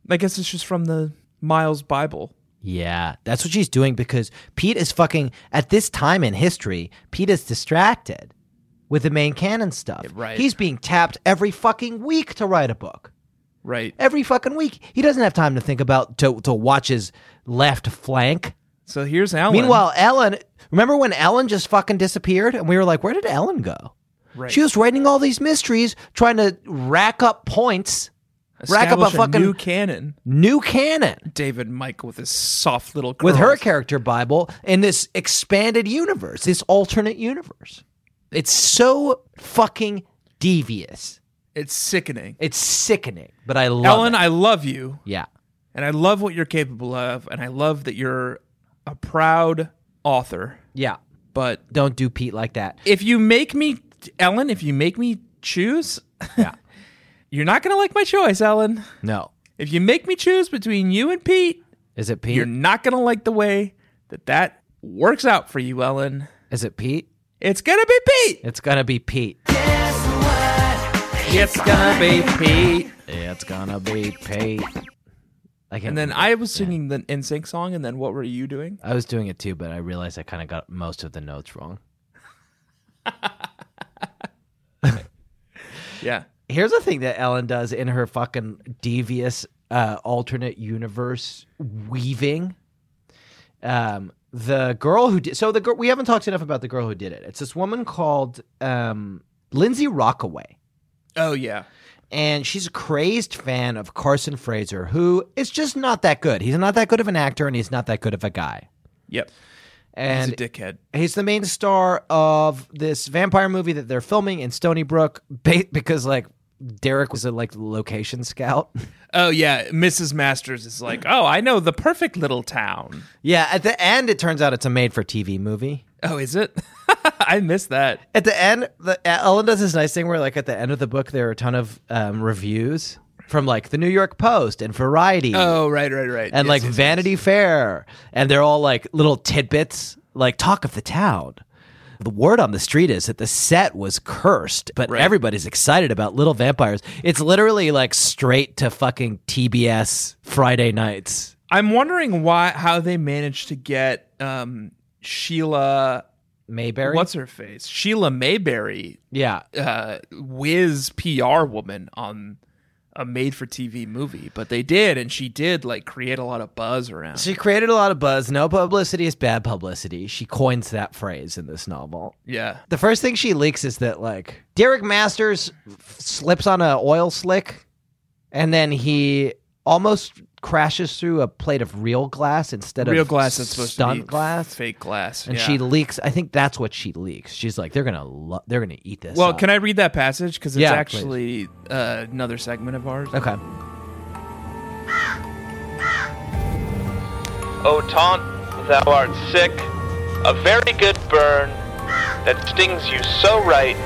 I guess it's just from the Miles Bible. Yeah. That's what she's doing because Pete is fucking, at this time in history, Pete is distracted with the main canon stuff. right. He's being tapped every fucking week to write a book. Right. Every fucking week. He doesn't have time to think about, to, to watch his left flank. So here's Ellen. Meanwhile, Ellen, remember when Ellen just fucking disappeared? And we were like, where did Ellen go? right. She was writing all these mysteries, trying to rack up points, rack up a Establish fucking new new, canon. canon David Michael with his soft little curls. with her character Bible in this expanded universe, this alternate universe. It's so fucking devious. It's sickening. It's sickening, but I love Ellen, it. I love you, yeah, and I love what you're capable of, and I love that you're a proud author. yeah. But Don't do Pete like that. if you make me Ellen, if you make me choose, Yeah. you're not gonna like my choice, Ellen. <laughs> No, If you make me choose between you and Pete, is it Pete? you're not gonna like the way that that works out for you, Ellen. Is it Pete? It's gonna be Pete. It's gonna be Pete. It's gonna be Pete. It's gonna be Pete. I can And then I was singing the NSYNC song, and then what were you doing? I was doing it too, but I realized I kind of got most of the notes wrong. Yeah. Here's the thing that Ellen does in her fucking devious uh, alternate universe weaving. Um, the girl who did so the girl we haven't talked enough about the girl who did it. It's this woman called um, Lindsay Rockaway, Oh yeah. and she's a crazed fan of Carson Fraser, who is just not that good. He's not that good of an actor, and he's not that good of a guy. Yep. and He's a dickhead. He's the main star of this vampire movie that they're filming in Stony Brook <laughs> ba- because like Derek was a like location scout. Oh yeah, Mrs. Masters is like, oh, I know the perfect little town. yeah, at the end it turns out it's a made for TV movie. Oh, is it? <laughs> I missed that. At the end, the, uh, Ellen does this nice thing where like at the end of the book there are a ton of um, reviews from like the New York Post and Variety. Oh, right, right, right. and Yes, like yes, yes. Vanity Fair, and they're all like little tidbits, like talk of the town. The word on the street is that the set was cursed, but Right. everybody's excited about Little Vampires. It's literally like straight to fucking TBS Friday nights. I'm wondering why how they managed to get um, Sheila. Mayberry, What's her face? Sheila Mayberry, yeah, uh, whiz PR woman on a made-for-TV movie, but they did, and she did like create a lot of buzz around. she created a lot of buzz. No publicity is bad publicity. She coins that phrase in this novel. yeah, The first thing she leaks is that like Derek Masters f- slips on a oil slick, and then he almost crashes through a plate of real glass instead real of glass is supposed stunt to be glass. fake glass, and yeah. she leaks. I think that's what she leaks. She's like, they're gonna lo- they're gonna eat this. Well, can I read that passage? Because it's Yeah, actually uh, another segment of ours. Okay. O taunt, thou art sick, a very good burn that stings you so right,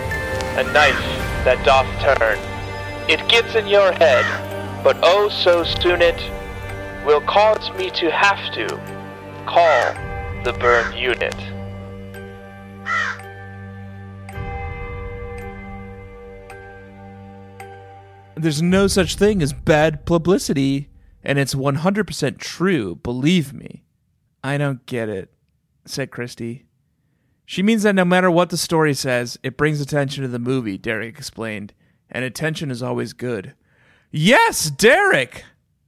a knife that doth turn. It gets in your head, but oh so soon it will cause me to have to call the burn unit. There's no such thing as bad publicity, and it's 100% true, believe me. I don't get it, said Christie. She means that no matter what the story says, it brings attention to the movie, Derek explained, and attention is always good. Yes, Derek,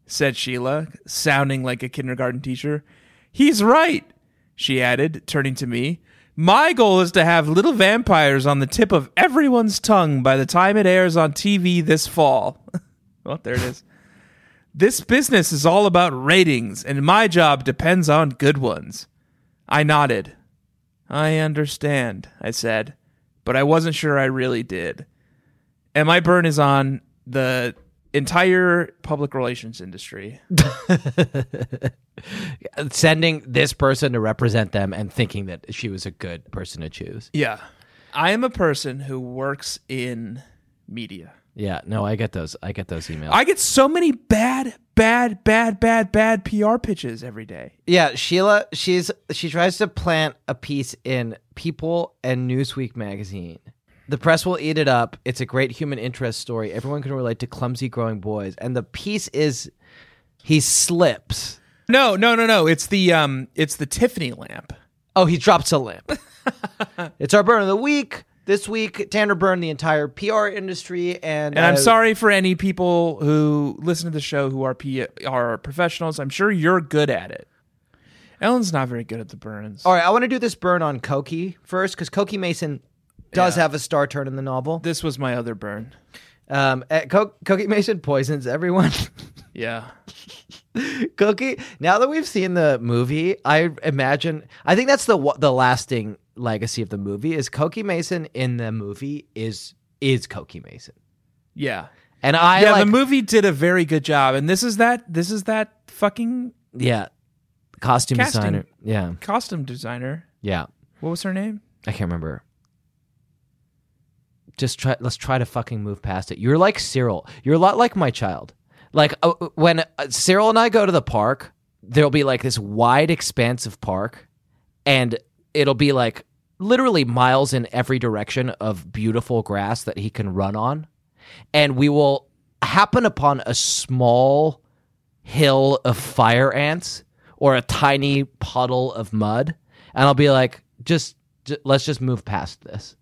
said Sheila, sounding like a kindergarten teacher. He's right, she added, turning to me. My goal is to have little vampires on the tip of everyone's tongue by the time it airs on TV this fall. <laughs> well, there it is. This business is all about ratings, and my job depends on good ones. I nodded. I understand, I said, but I wasn't sure I really did. And my burn is on the entire public relations industry. Sending this person to represent them and thinking that she was a good person to choose. Yeah. I am a person who works in media. Yeah. No, I get those. I get those emails. I get so many bad, bad, bad, bad, bad PR pitches every day. Yeah, Sheila, she's she tries to plant a piece in People and Newsweek magazine. The press will eat it up. It's a great human interest story. Everyone can relate to clumsy growing boys. And the piece is he slips. No, no, no, no. It's the um it's the Tiffany lamp. Oh, he drops a lamp. <laughs> it's our burn of the week. This week, Tanner burned the entire PR industry and And I'm uh, sorry for any people who listen to the show who are P- are professionals. I'm sure you're good at it. Ellen's not very good at the burns. All right, I want to do this burn on Koki first because Koki Mason does have a star turn in the novel. This was my other burn. Um, uh, Ko- Koki Mason poisons everyone. <laughs> Yeah. Cookie. Now that we've seen the movie, I imagine I think that's the wa- the lasting legacy of the movie is Cookie Mason in the movie is is Cookie Mason, Yeah. and I yeah, like- the movie did a very good job. And this is that this is that fucking yeah costume Casting. designer yeah costume designer. yeah What was her name? I can't remember. Just try. Let's try to fucking move past it. You're like Cyril. You're a lot like my child. Like uh, when uh, Cyril and I go to the park, there'll be like this wide expanse of park, and it'll be like literally miles in every direction of beautiful grass that he can run on, and we will happen upon a small hill of fire ants or a tiny puddle of mud and i'll be like just, j- let's just move past this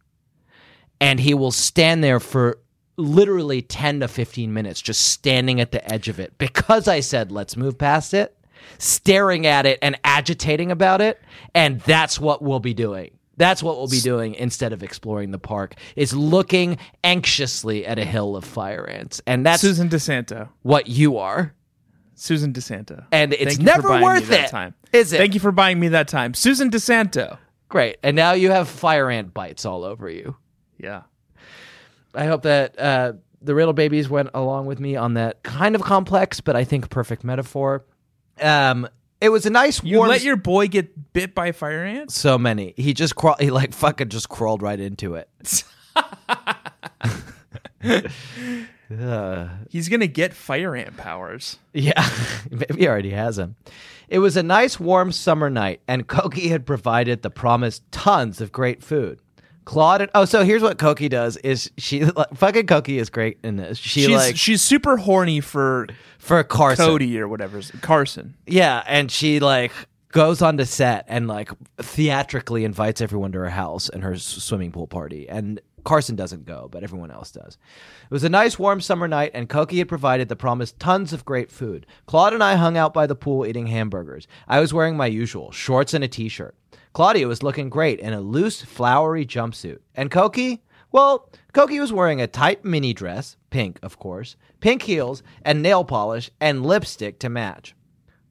and he will stand there for literally 10 to 15 minutes just standing at the edge of it because i said let's move past it staring at it and agitating about it and that's what we'll be doing that's what we'll be doing instead of exploring the park is looking anxiously at a hill of fire ants and that's Susan DeSanto. what you are Susan DeSanto. And it's Thank you for never buying me worth that it, Time. is it? Thank you for buying me that time, Susan DeSanto. Great. And now you have fire ant bites all over you. Yeah. I hope that uh, the Riddle Babies went along with me on that kind of complex, but I think perfect metaphor. Um, it was a nice You warm. let your boy get bit by fire <laughs> ants? so many. He just crawled. He like fucking just crawled right into it. He's gonna get fire ant powers. Yeah, <laughs> maybe he already has him. It was a nice warm summer night, and Koki had provided the promised tons of great food. Claude, and, oh, so here's what Koki does: is she like, fucking Koki is great in this? She She's like she's super horny for for Carson, Cody or whatever Carson. yeah, and she like goes on to set and like theatrically invites everyone to her house and her s- swimming pool party and. Carson doesn't go, but everyone else does. It was a nice warm summer night, and Koki had provided the promised tons of great food. Claude and I hung out by the pool eating hamburgers. I was wearing my usual shorts and a t shirt. Claudia was looking great in a loose, flowery jumpsuit. And Koki? Well, Koki was wearing a tight mini dress, pink, of course, pink heels, and nail polish, and lipstick to match.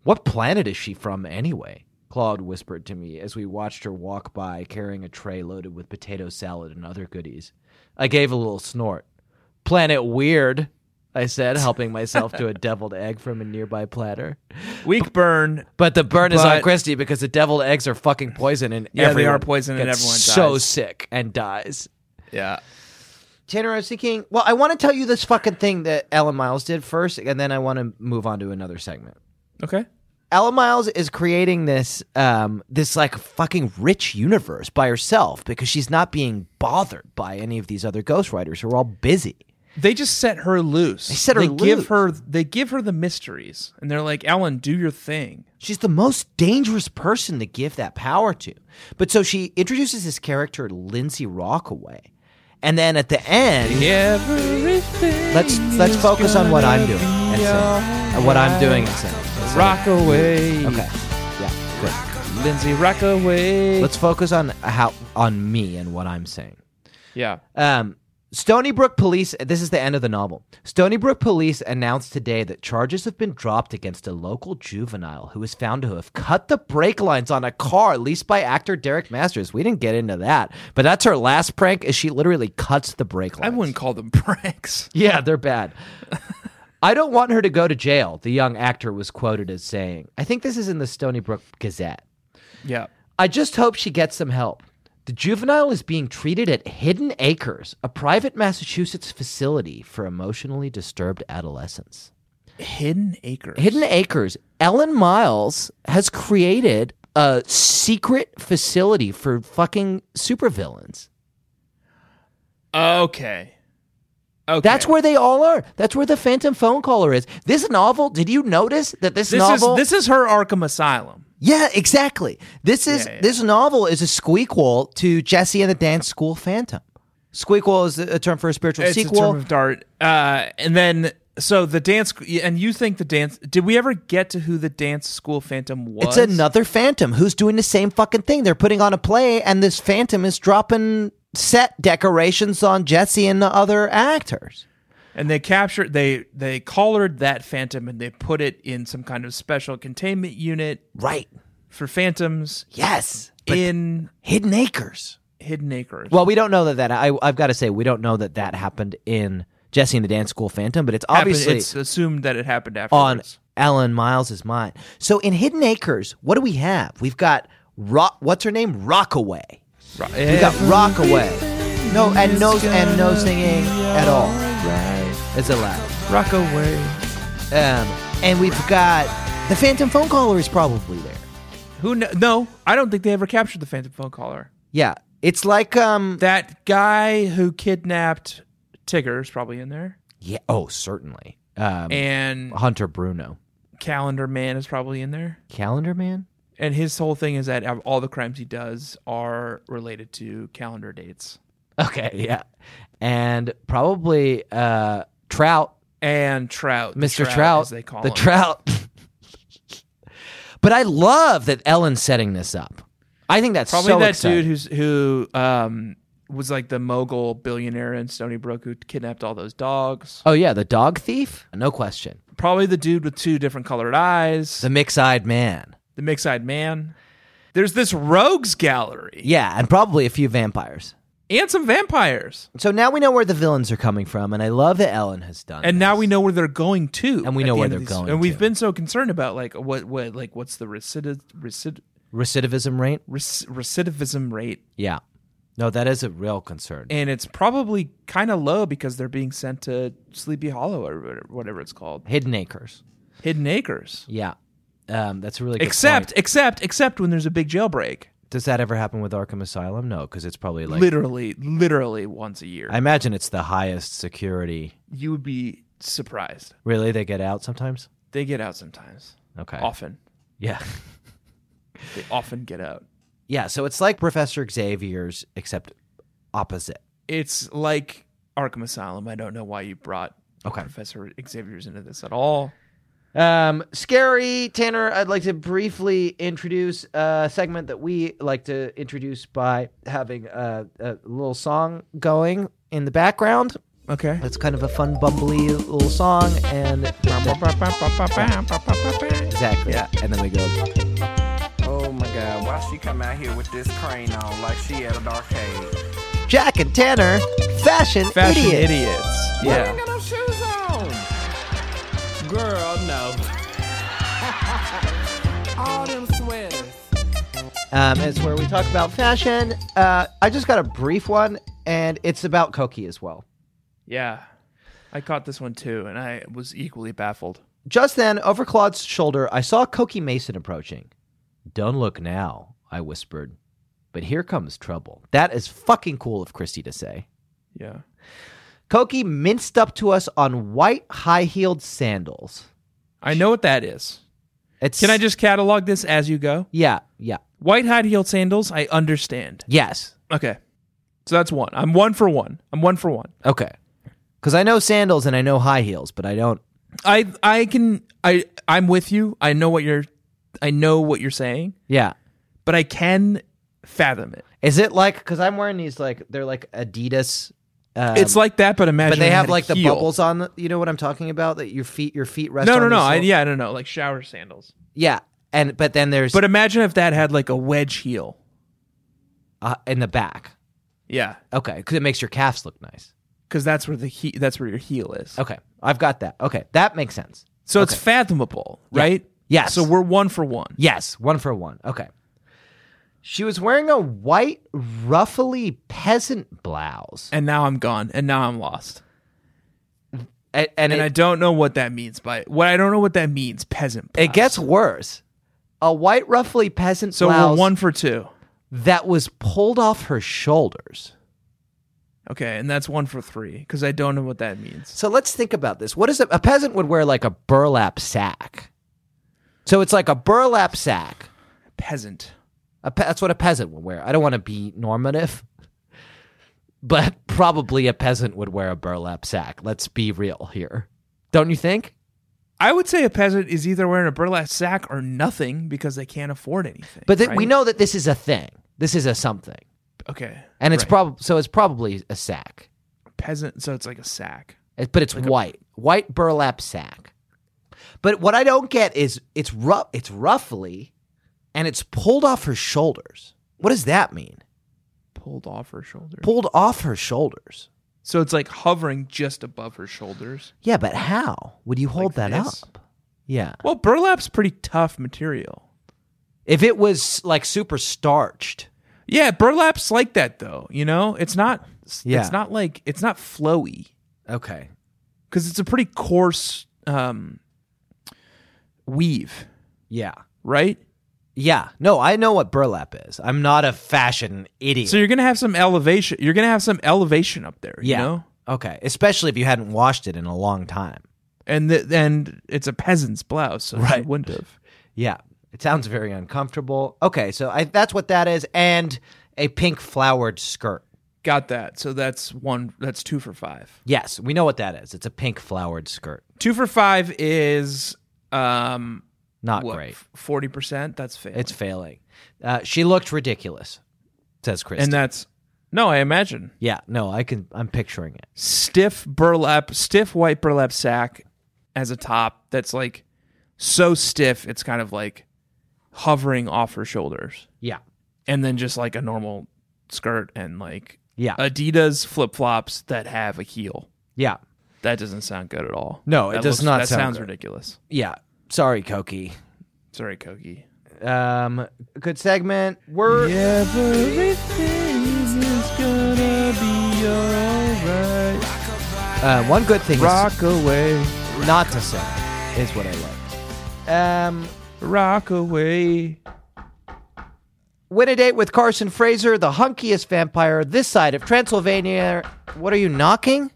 What planet is she from anyway? Claude whispered to me as we watched her walk by carrying a tray loaded with potato salad and other goodies. I gave a little snort. Planet Weird, I said, helping myself <laughs> to a deviled egg from a nearby platter. Weak burn. But the burn is on But- Christy because the deviled eggs are fucking poison and Yeah, they everyone are poison and gets everyone so dies. sick and dies. Yeah. Tanner, I was thinking. Well, I want to tell you this fucking thing that Ellen Miles did first, and then I want to move on to another segment. Okay. Ella Miles is creating this um this like fucking rich universe by herself because she's not being bothered by any of these other ghostwriters who are all busy. They just set her loose. They set her loose. give her they give her the mysteries and they're like, "Ellen, do your thing." She's the most dangerous person to give that power to. But so she introduces this character Lindsay Rockaway. And then at the end, Everything. let's let's focus on what I'm doing and, say- and what I'm doing and say. Rockaway. Okay. Yeah. Good. Lindsay Rockaway. Let's focus on how on me and what I'm saying. yeah. Um, Stony Brook police, this is the end of the novel. Stony Brook police announced today that charges have been dropped against a local juvenile who was found to have cut the brake lines on a car leased by actor Derek Masters. We didn't get into that, but that's her last prank is she literally cuts the brake I lines. wouldn't call them <laughs> pranks. <laughs> Yeah, they're bad. I don't want her to go to jail, the young actor was quoted as saying. I think this is in the Stony Brook Gazette. Yeah. I just hope she gets some help. The juvenile is being treated at Hidden Acres, a private Massachusetts facility for emotionally disturbed adolescents. Hidden Acres. Hidden Acres, Ellen Miles has created a secret facility for fucking supervillains. Okay. Okay. That's where they all are. That's where the phantom phone caller is. This novel, did you notice that this, this novel is this is her Arkham Asylum. Yeah, exactly. This is Yeah, yeah. this novel is a squeakquel to Jesse and the Dance School Phantom. Squeakquel is a term for a spiritual It's sequel. a term of dart. Uh, and then so the dance and you think the dance did we ever get to who the dance school phantom was? it's another phantom who's doing the same fucking thing. They're putting on a play, and this phantom is dropping set decorations on Jesse and the other actors. and they captured they they collared that phantom and they put it in some kind of special containment unit Right. for phantoms Yes. in Hidden Acres. Hidden Acres. Well, we don't know that that I, I've got to say we don't know that that happened in Jesse and the Dance School Phantom, but it's Happened- obviously it's assumed that it happened on afterwards. Alan Miles' mind. So in Hidden Acres, what do we have? We've got Rock. What's her name? Rockaway. On We got Rockaway. No, and no, and no singing at all. It's allowed. Rockaway. Um, and we've got the Phantom phone caller is probably there. Who kn- no, I don't think they ever captured the phantom phone caller. Yeah, it's like um. That guy who kidnapped Tigger is probably in there. Yeah. Oh, certainly. Um, And Hunter Bruno, Calendar Man is probably in there. Calendar Man. And his whole thing is that of all the crimes he does are related to calendar dates. Okay. <laughs> Yeah. And probably uh, Trout. And Trout, the Mr. Trout, as they call the him. Trout. <laughs> but I love that Ellen's setting this up. I think that's Probably so that exciting. dude who's who um, was like the mogul billionaire in Stony Brook who kidnapped all those dogs. Oh yeah, the dog thief, no question. Probably the dude with two different colored eyes, The mix eyed man. the mixed eyed man. There's this rogues gallery Yeah, and probably a few vampires. and some vampires. So now we know where the villains are coming from, and I love that Ellen has done. And now this. we know where they're going to. And we at know the where end they're of these- going And we've to. been so concerned about like what what like what's the recidiv recid, recidivism rate. rec- recidivism rate? Yeah, no, that is a real concern. And it's probably kind of low because they're being sent to Sleepy Hollow or whatever- whatever it's called, Hidden acres. Hidden Acres. Yeah, um, that's a really good Except, point. except, except when there's a big jailbreak. Does that ever happen with Arkham Asylum? No, because it's probably like literally, literally once a year. I imagine it's the highest security. you would be surprised. Really, they get out sometimes. They get out sometimes. Okay. Often. Yeah. <laughs> They often get out. Yeah. So it's like Professor Xavier's, except opposite. It's like Arkham Asylum. I don't know why you brought Okay. Professor Xavier's into this at all. Um, scary Tanner. I'd like to briefly introduce a segment that we like to introduce by having a, a little song going in the background. Okay. It's kind of a fun, bumbly little song, and exactly. Yeah. And then we go. Oh my god, why she come out here with this crane on like she at an arcade? Jack and Tanner, fashion, Fashion idiot. idiots. Yeah. got no shoes on! Girl, no. <laughs> All them sweaters. Um, it's where we talk about fashion. Uh, I just got a brief one, and it's about Koki as well. Yeah. I caught this one too, and I was equally baffled. Just then, over Claude's shoulder, I saw Koki Mason approaching. Don't look now, I whispered. But here comes trouble. That is fucking cool of Christy to say. Yeah. Koki minced up to us on white high heeled sandals. I know what that is. It's, Can I just catalog this as you go? Yeah, yeah, White high heeled sandals, I understand. yes. Okay. So that's one. I'm one for one. I'm one for one. Okay. Because I know sandals and I know high heels, but I don't. I I can I I'm with you. I know what you're I know what you're saying, Yeah. but I can fathom it. Is it like, because I'm wearing these, like, they're like Adidas. Um, it's like that, but imagine But they it have had a like the heel. bubbles on. The, you know what I'm talking about? That your feet, your feet rest. No, on no, these no. I, little- yeah, no, no. Like shower sandals. yeah. And but then there's But imagine if that had like a wedge heel. uh, in the back. Yeah, Okay, because it makes your calves look nice. because that's where the he- that's where your heel is. Okay, I've got that. Okay, that makes sense. So it's fathomable, right? Yes. So we're one for one. Yes, one for one. Okay. She was wearing a white, ruffly peasant blouse, And now I'm gone. And now I'm lost. and, and, And I it, don't know what that means by what I don't know what that means. Peasant. it gets worse. A white, ruffly peasant So blouse we're one for two. that was pulled off her shoulders. Okay, and that's one for three because I don't know what that means. So let's think about this. What is a, a peasant would wear like a burlap sack? So it's like a burlap sack. Peasant. A pe- that's what a peasant would wear. I don't want to be normative, <laughs> but probably a peasant would wear a burlap sack. Let's be real here, don't you think? I would say a peasant is either wearing a burlap sack or nothing because they can't afford anything. But th- we right? know that this is a thing. This is a something, Okay. and it's Right. probably so. It's probably a sack, peasant, so it's like a sack. It- but it's white, white burlap sack. But what I don't get is it's rough. It's roughly, and it's pulled off her shoulders. What does that mean? Pulled off her shoulders. Pulled off her shoulders. so it's like hovering just above her shoulders. Yeah, but how would you hold Like that this? up? Yeah. Well, burlap's pretty tough material. If it was like super starched. Yeah, burlap's like that though. You know, it's not. Yeah. It's not like it's not flowy Okay. because it's a pretty coarse um, weave, Yeah. right? Yeah. No, I know what burlap is. I'm not a fashion idiot. So you're gonna have some elevation. You're gonna have some elevation up there, you yeah. know. Okay. Especially if you hadn't washed it in a long time. And the, and it's a peasant's blouse, so right? Right. Wouldn't have. Yeah. It sounds very uncomfortable. Okay, so I, that's what that is, and a pink flowered skirt. Got that. So that's one. That's two for five. Yes, we know what that is. It's a pink flowered skirt. Two for five is um Not what great. forty percent. That's fair. It's failing. Uh, she looked ridiculous, says Chris. and that's no. I imagine yeah, no, I can. I'm picturing it. stiff burlap, stiff white burlap sack, as a top that's like so stiff it's kind of like hovering off her shoulders Yeah. and then just like a normal skirt and like Yeah. Adidas flip flops that have a heel. Yeah. That doesn't sound good at all. No, it That does not That sound sounds good. ridiculous. Yeah. Sorry, Cokie. Sorry, Koki. Um, good segment. We're Everything is gonna be alright. uh, one good thing Rock away, is not to say is what I like. Um, rock away. win a date with Carson Fraser, the hunkiest vampire this side of Transylvania. What are you knocking?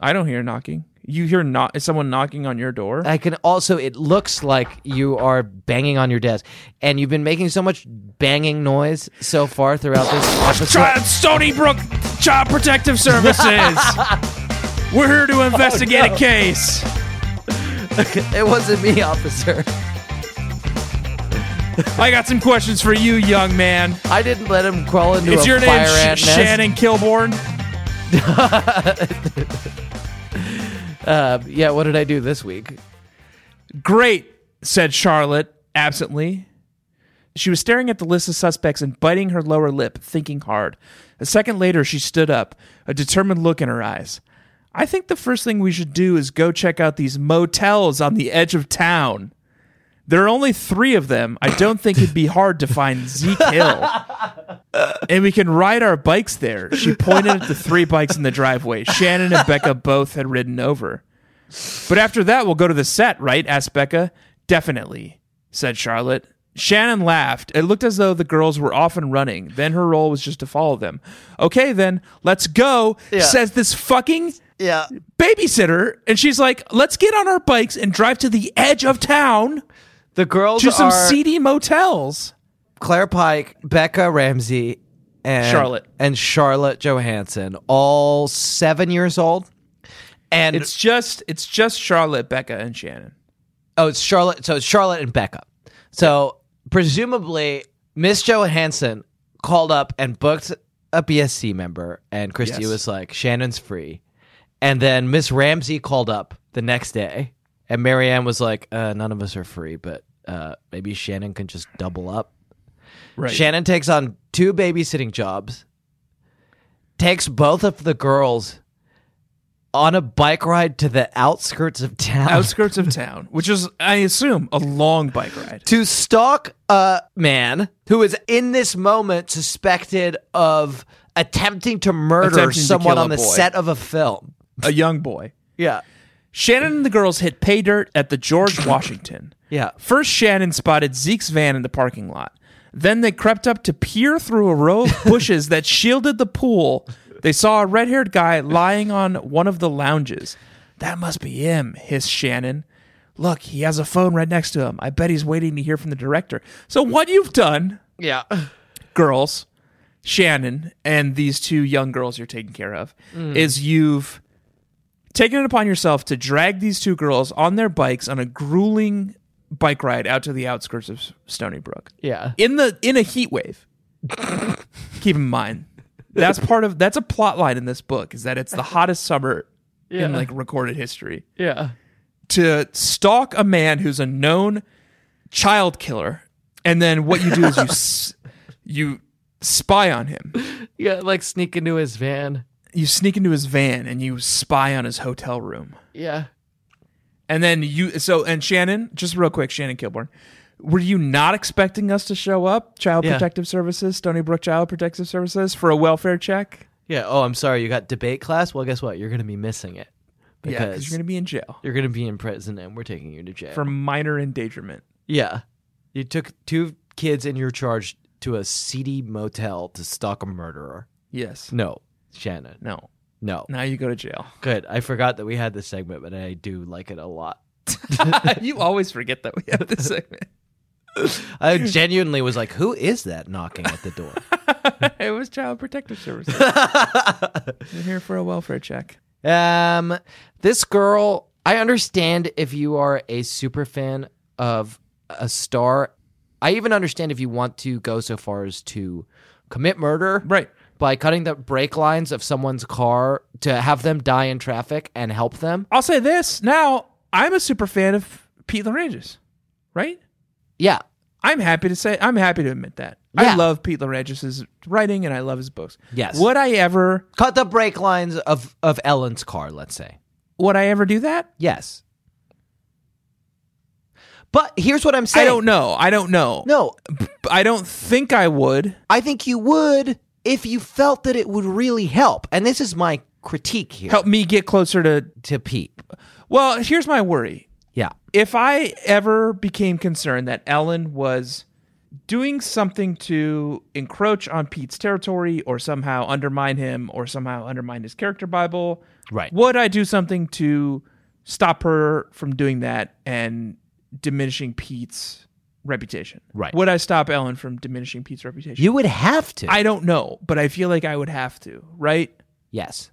I don't hear knocking. You hear not? Is someone knocking on your door? I can also. It looks like you are banging on your desk, and you've been making so much banging noise so far throughout this Child, episode. Stony Brook Child <laughs> Protective Services. We're here Oh, to investigate a case. It wasn't me, <laughs> officer. I got some questions for you, young man. I didn't let him crawl into Is a your fire name ant Sh- nest. Shannon Kilborn? Uh, yeah, what did I do this week? Great, said Charlotte absently. She was staring at the list of suspects and biting her lower lip, thinking hard. A second later, she stood up, a determined look in her eyes. I think the first thing we should do is go check out these motels on the edge of town. There are only three of them. I don't think it'd be hard to find Zeke Hill. and we can ride our bikes there. She pointed at the three bikes in the driveway. Shannon and Becca both had ridden over. But after that, we'll go to the set, right? asked Becca. Definitely, said Charlotte. Shannon laughed. It looked as though the girls were off and running. Then her role was just to follow them. Okay, then, let's go, says this fucking Yeah. babysitter. And she's like, let's get on our bikes and drive to the edge of town The girls to some are seedy motels. Claire Pike, Becca Ramsey, and Charlotte. and Charlotte Johansson, all seven years old. And It's just it's just Charlotte, Becca, and Shannon. Oh, it's Charlotte. So it's Charlotte and Becca. So presumably, Miss Johansson called up and booked a BSC member, and Christy Yes. was like, "Shannon's free." And then Miss Ramsey called up the next day, and Marianne was like, uh, "None of us are free, but uh, maybe Shannon can just double up." Right. Shannon takes on two babysitting jobs, takes both of the girls on a bike ride to the outskirts of town. <laughs> <laughs> Outskirts of town, which is, I assume, a long bike <laughs> ride. to stalk a man who is in this moment suspected of attempting to murder Attempting to someone kill on a the boy. set of a film. A young boy. Yeah. Shannon and the girls hit pay dirt at the George Washington. Yeah. First, Shannon spotted Zeke's van in the parking lot. Then they crept up to peer through a row of bushes that shielded the pool. They saw a red haired guy lying on one of the lounges. That must be him, hissed Shannon. Look, he has a phone right next to him. I bet he's waiting to hear from the director. So, what you've done, Yeah. girls, Shannon, and these two young girls you're taking care of, is you've taken it upon yourself to drag these two girls on their bikes on a grueling bike ride out to the outskirts of S- Stony Brook Yeah. in the in a heat wave. Keep in mind that's part of that's a plot line in this book is that it's the hottest summer in like recorded history Yeah. to stalk a man who's a known child killer, and then what you do is you s- you spy on him. Yeah, like sneak into his van. You sneak into his van and you spy on his hotel room, Yeah. and then you so and Shannon, just real quick, Shannon Kilborn. Were you not expecting us to show up, Child Yeah. Protective Services, Stony Brook Child Protective Services, for a welfare check? Yeah. Oh, I'm sorry. You got debate class? Well, guess what? You're going to be missing it Yeah, because because you're going to be in jail you're going to be in prison and we're taking you to jail. for minor endangerment. yeah. You took two kids in your charge to a seedy motel to stalk a murderer. Yes. No, Shannon. No. No. Now you go to jail. <laughs> Good. I forgot that we had this segment, but I do like it a lot. you always forget that we have this segment. <laughs> I genuinely was like, who is that knocking at the door? it was Child Protective Services. You're here for a welfare check. um, this girl, I understand if you are a super fan of a star. I even understand if you want to go so far as to commit murder. Right. by cutting the brake lines of someone's car to have them die in traffic and help them. I'll say this now. I'm a super fan of Pete Larranges, right? Yeah. I'm happy to say I'm happy to admit that. I Yeah. love Pete Larranges' writing and I love his books. Yes. Would I ever Cut the brake lines of, of Ellen's car, let's say. would I ever do that? Yes. But here's what I'm saying. I don't know. I don't know. No, I don't think I would. I think you would if you felt that it would really help. And this is my critique here Help me get closer to to Pete. Well, here's my worry. Yeah. If I ever became concerned that Ellen was doing something to encroach on Pete's territory or somehow undermine him or somehow undermine his character Bible, Right. would I do something to stop her from doing that and diminishing Pete's reputation? Right. Would I stop Ellen from diminishing Pete's reputation? You would have to. I don't know, but I feel like I would have to, right? yes.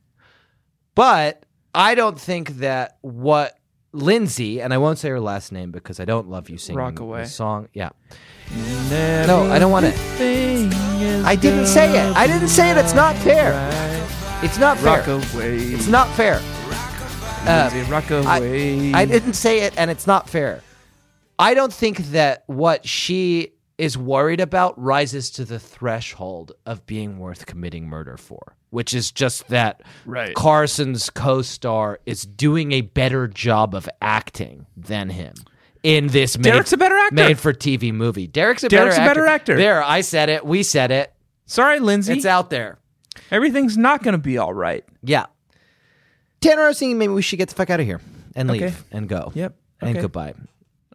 But I don't think that what Lindsay, and I won't say her last name because I don't love you singing Rockaway. the song. Yeah. No, I don't want it. I didn't say it. I didn't say it. It's not fair. It's not fair. Rock away. It's not fair. Uh, rock away. I, I didn't say it, and it's not fair. I don't think that what she is worried about rises to the threshold of being worth committing murder for, which is just that Right. Carson's co star is doing a better job of acting than him. In this made, Derek's a better actor. made for TV movie. Derek's a, Derek's better, a better actor. There, I said it. We said it. Sorry, Lindsay. It's out there. Everything's not going to be all right. Yeah. Tanner, I was thinking maybe we should get the fuck out of here and leave Okay. and go. Yep. And Okay. goodbye.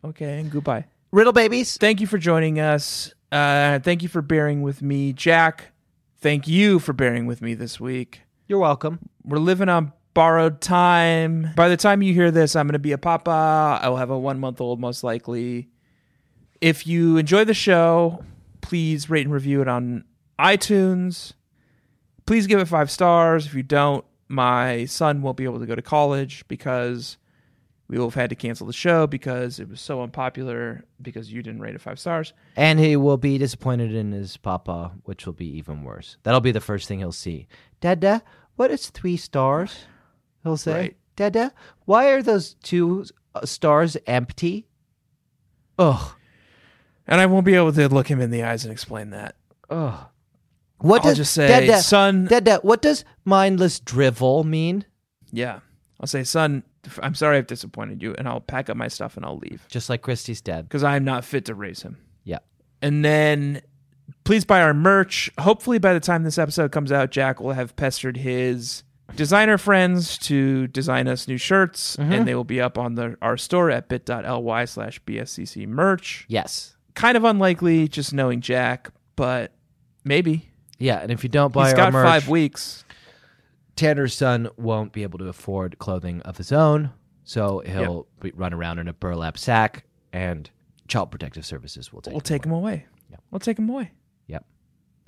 Okay, and goodbye. Riddle babies. Thank you for joining us. Uh, thank you for bearing with me, Jack. Thank you for bearing with me this week. You're welcome. We're living on borrowed time. By the time you hear this, I'm going to be a papa. I will have a one month old, most likely. If you enjoy the show, please rate and review it on iTunes. Please give it five stars. If you don't, my son won't be able to go to college because we will have had to cancel the show because it was so unpopular because you didn't rate it five stars. And he will be disappointed in his papa, which will be even worse. That'll be the first thing he'll see. Dada, what is three stars? He'll say. Right. Dada, why are those two uh, stars empty? Ugh. And I won't be able to look him in the eyes and explain that. Ugh. What I'll does just say, Dada, son- Dada, what does mindless drivel mean? Yeah. I'll say, son, I'm sorry I've disappointed you, and I'll pack up my stuff and I'll leave Just like Christie's dad. because I am not fit to raise him. Yeah. And then please buy our merch. Hopefully, by the time this episode comes out, Jack will have pestered his designer friends to design us new shirts, Mm-hmm. and they will be up on the, our store at bit.ly slash bscc merch. Yes. Kind of unlikely, just knowing Jack, but maybe. Yeah, and if you don't buy He's our got merch, five weeks. Tanner's son won't be able to afford clothing of his own, so he'll be, run around in a burlap sack, and Child Protective Services will take. We'll him. take him away. We'll take him away. Yep.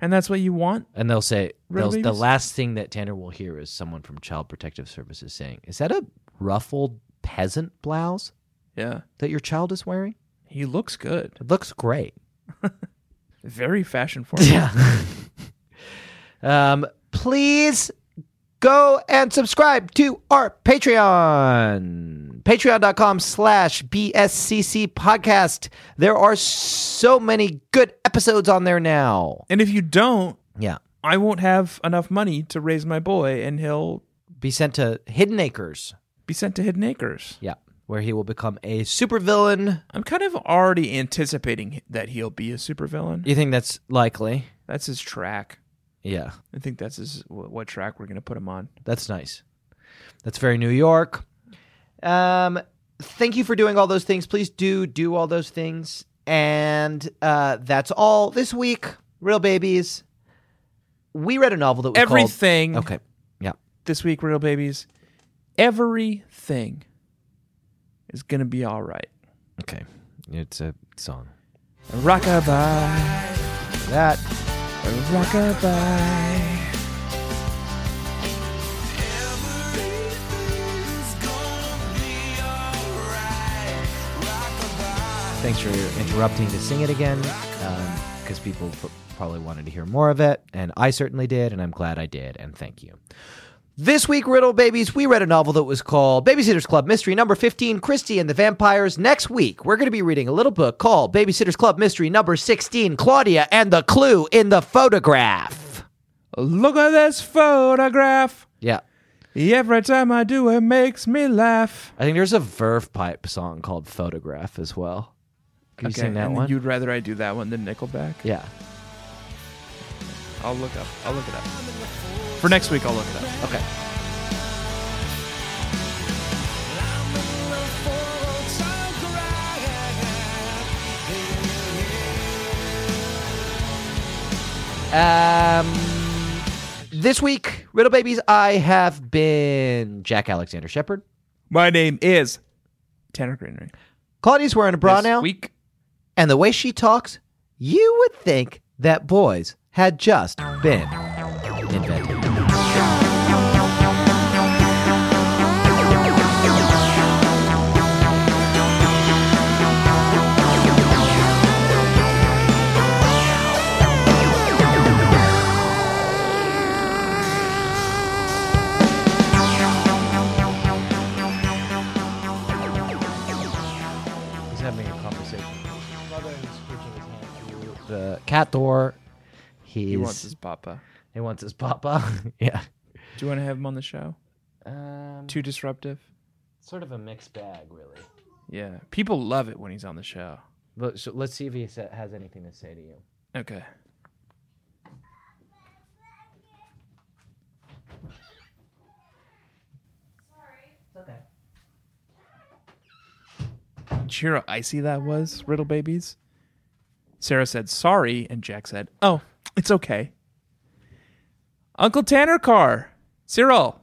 And that's what you want? And they'll say Riddle they'll, the babies? last thing that Tanner will hear is someone from Child Protective Services saying, "Is that a ruffled peasant blouse Yeah. that your child is wearing? He looks good. It looks great." Very fashion <laughs> forward. Yeah. um, please go and subscribe to our Patreon. Patreon.com slash BSCC podcast. There are so many good episodes on there now. And if you don't, Yeah. I won't have enough money to raise my boy, and he'll Be sent to Hidden Acres. be sent to Hidden Acres. Yeah. Where he will become a supervillain. I'm kind of already anticipating that he'll be a supervillain. You think that's likely? That's his track. Yeah. I think that's his wh- what track we're gonna put him on. That's nice. That's very New York. Um, thank you for doing all those things. Please do do all those things. And uh, that's all this week. Real babies. We read a novel that was Everything Called... Okay. Yeah. this week, real babies. Everything is gonna be all right. Okay. It's a song. Rockabye, That. rockabye. um, Thanks for interrupting to sing it again, because people f- probably wanted to hear more of it, and I certainly did, and I'm glad I did, and thank you. This week, Riddle Babies, we read a novel that was called Babysitter's Club Mystery Number 15, Christie and the Vampires. Next week, we're going to be reading a little book called Babysitter's Club Mystery Number 16, Claudia and the Clue in the Photograph. Look at this photograph. Yeah. Every time I do, it makes me laugh. I think there's a Verve Pipe song called Photograph as well. Can you sing that and one? You'd rather I do that one than Nickelback? yeah. I'll look up. I'll look it up. For next week, I'll look it up. Okay. Um, this week, Riddle Babies, I have been Jack Alexander Shepard. My name is Tanner Greenery. Claudia's wearing a bra This now, week, and the way she talks, you would think that boys had just been invented. He's having a conversation. The cat door. He's, he wants his papa. he wants his papa. <laughs> yeah. Do you want to have him on the show? Too disruptive? Um, sort of a mixed bag, really. Yeah. People love it when he's on the show. But so let's see if he sa- has anything to say to you. Okay. Did you hear how icy that was, Riddle Babies? Sarah said sorry, and Jack said, Oh, it's okay. Uncle Tanner Carr. Cyril.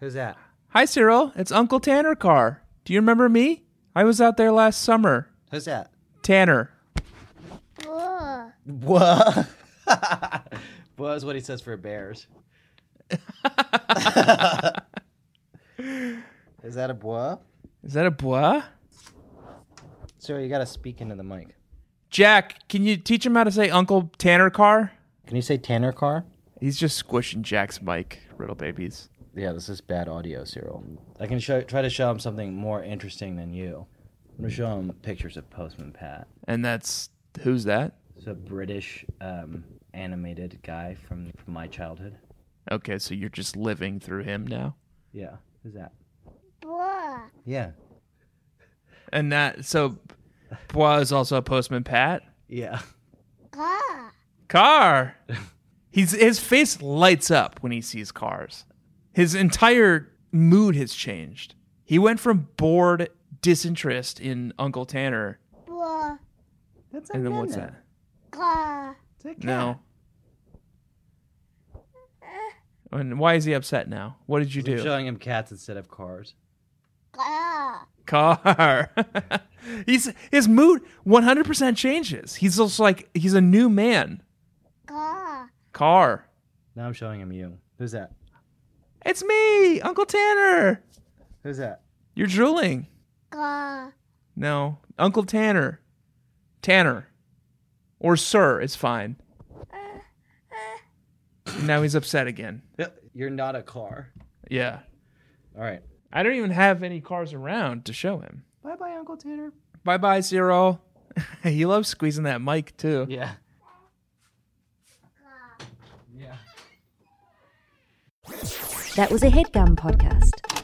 Who's that? Hi, Cyril. It's Uncle Tanner Carr. Do you remember me? I was out there last summer. Who's that? Tanner. <laughs> What? Buzz, what he says for bears. Is that a bois? Is that a bois? Sir, you got to speak into the mic. Jack, can you teach him how to say Uncle Tanner Carr? Can you say Tanner car? He's just squishing Jack's mic, Riddle Babies. Yeah, this is bad audio, Cyril. I can show, try to show him something more interesting than you. I'm going to show him pictures of Postman Pat. And that's who's that? It's a British um, animated guy from, from my childhood. Okay, so you're just living through him now. Yeah, who's that? Yeah. And that so Bois is also a postman Pat. <laughs> Yeah. Carr. He's his face lights up when he sees cars. His entire mood has changed. He went from bored disinterest in Uncle Tanner. That's And then what's that? that? No. And why is he upset now? What did you I'm do? showing him cats instead of cars. Car. <laughs> He's his mood 100% changes. He's also like he's a new man. Car. Now I'm showing him you. Who's that? It's me, Uncle Tanner. Who's that? You're drooling. No, Uncle Tanner. Tanner. Or Sir is fine. now he's upset again. You're not a car. Yeah. All right. I don't even have any cars around to show him. Bye bye, Uncle Tanner. Bye bye, Cyril. <laughs> he loves squeezing that mic too. Yeah. That was a headgum podcast.